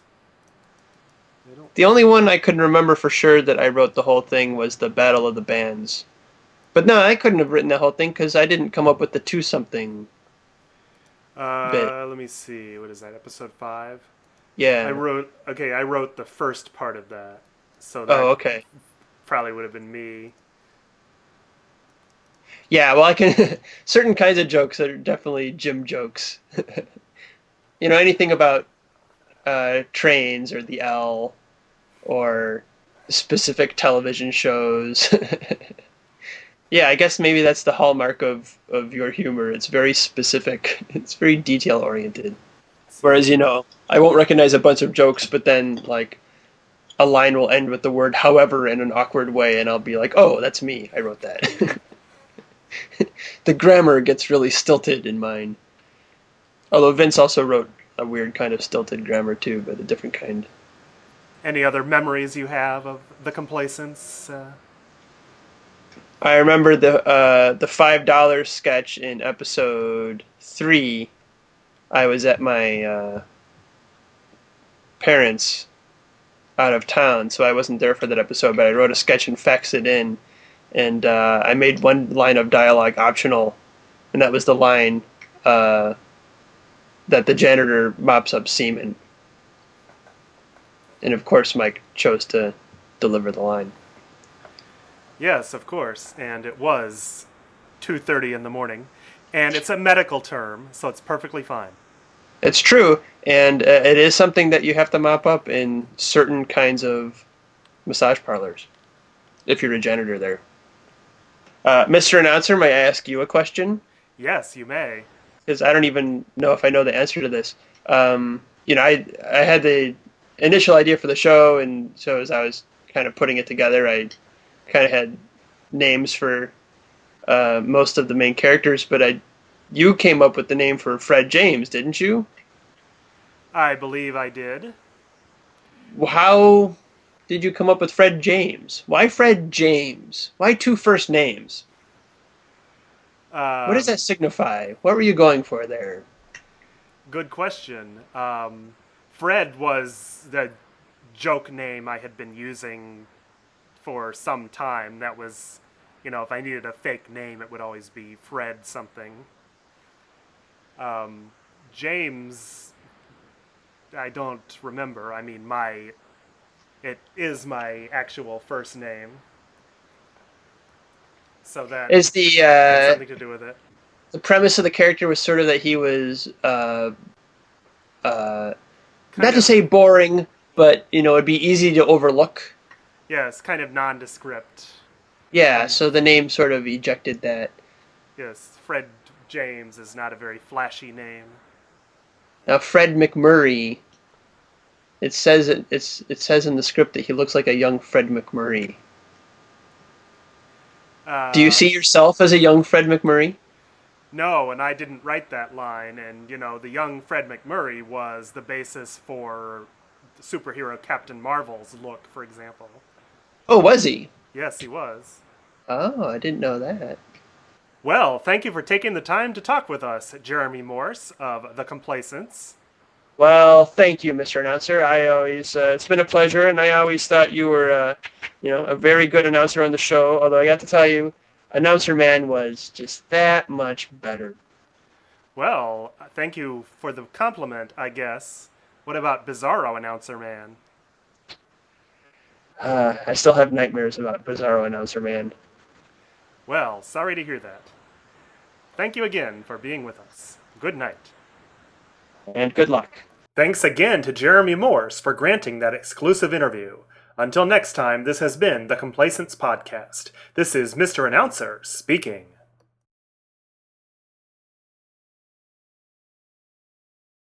Speaker 2: They don't-
Speaker 16: The only one I couldn't remember for sure that I wrote the whole thing was the Battle of the Bands. But no, I couldn't have written the whole thing because I didn't come up with the two something.
Speaker 2: Uh,
Speaker 16: Bit.
Speaker 2: let me see. What is that? Episode five.
Speaker 16: Yeah.
Speaker 2: I wrote. Okay, I wrote the first part of that. So. That
Speaker 16: Oh, okay.
Speaker 2: Probably would have been me.
Speaker 16: Yeah, well, I can. certain kinds of jokes that are definitely Jim jokes. you know, anything about uh, trains or the L or specific television shows. yeah, I guess maybe that's the hallmark of, of your humor. It's very specific, it's very detail oriented. Whereas, you know, I won't recognize a bunch of jokes, but then, like, a line will end with the word however in an awkward way, and I'll be like, oh, that's me. I wrote that. the grammar gets really stilted in mine. Although Vince also wrote a weird kind of stilted grammar too, but a different kind.
Speaker 2: Any other memories you have of the complacence? Uh,
Speaker 16: I remember the uh, the five dollar sketch in episode three. I was at my uh, parents out of town, so I wasn't there for that episode. But I wrote a sketch and faxed it in, and uh, I made one line of dialogue optional, and that was the line uh, that the janitor mops up semen. And of course, Mike chose to deliver the line.
Speaker 2: Yes, of course. And it was 2:30 in the morning, and it's a medical term, so it's perfectly fine.
Speaker 16: It's true, and uh, it is something that you have to mop up in certain kinds of massage parlors if you're a janitor there. Uh, Mr. Announcer, may I ask you a question?
Speaker 2: Yes, you may.
Speaker 16: Because I don't even know if I know the answer to this. Um, you know, I I had the initial idea for the show, and so as I was kind of putting it together, I kind of had names for uh, most of the main characters. But I, you came up with the name for Fred James, didn't you?
Speaker 2: I believe I did.
Speaker 16: How did you come up with Fred James? Why Fred James? Why two first names?
Speaker 2: Uh,
Speaker 16: what does that signify? What were you going for there?
Speaker 2: Good question. Um, Fred was the joke name I had been using for some time. That was, you know, if I needed a fake name, it would always be Fred something. Um, James, I don't remember. I mean, my. It is my actual first name. So that
Speaker 16: Is the,
Speaker 2: had
Speaker 16: uh,
Speaker 2: something to do with it.
Speaker 16: The premise of the character was sort of that he was, uh, uh, not to say boring, but you know, it'd be easy to overlook.
Speaker 2: Yes, kind of nondescript.
Speaker 16: Yeah, so the name sort of ejected that.
Speaker 2: Yes, Fred James is not a very flashy name.
Speaker 16: Now, Fred McMurray. It says it, it's it says in the script that he looks like a young Fred McMurray.
Speaker 2: Uh,
Speaker 16: Do you see yourself as a young Fred McMurray?
Speaker 2: No, and I didn't write that line. And, you know, the young Fred McMurray was the basis for the superhero Captain Marvel's look, for example.
Speaker 16: Oh, was he?
Speaker 2: Yes, he was.
Speaker 16: Oh, I didn't know that.
Speaker 2: Well, thank you for taking the time to talk with us, Jeremy Morse of The Complacents.
Speaker 16: Well, thank you, Mr. Announcer. I always uh, it's been a pleasure, and I always thought you were, uh, you know, a very good announcer on the show. Although I got to tell you, announcer man was just that much better.
Speaker 2: Well, thank you for the compliment, I guess. What about Bizarro Announcer Man?
Speaker 16: Uh, I still have nightmares about Bizarro announcer man.
Speaker 2: Well, sorry to hear that. Thank you again for being with us. Good night.
Speaker 16: And good luck.
Speaker 2: Thanks again to Jeremy Morse for granting that exclusive interview. Until next time, this has been the Complacents Podcast. This is Mr. Announcer speaking.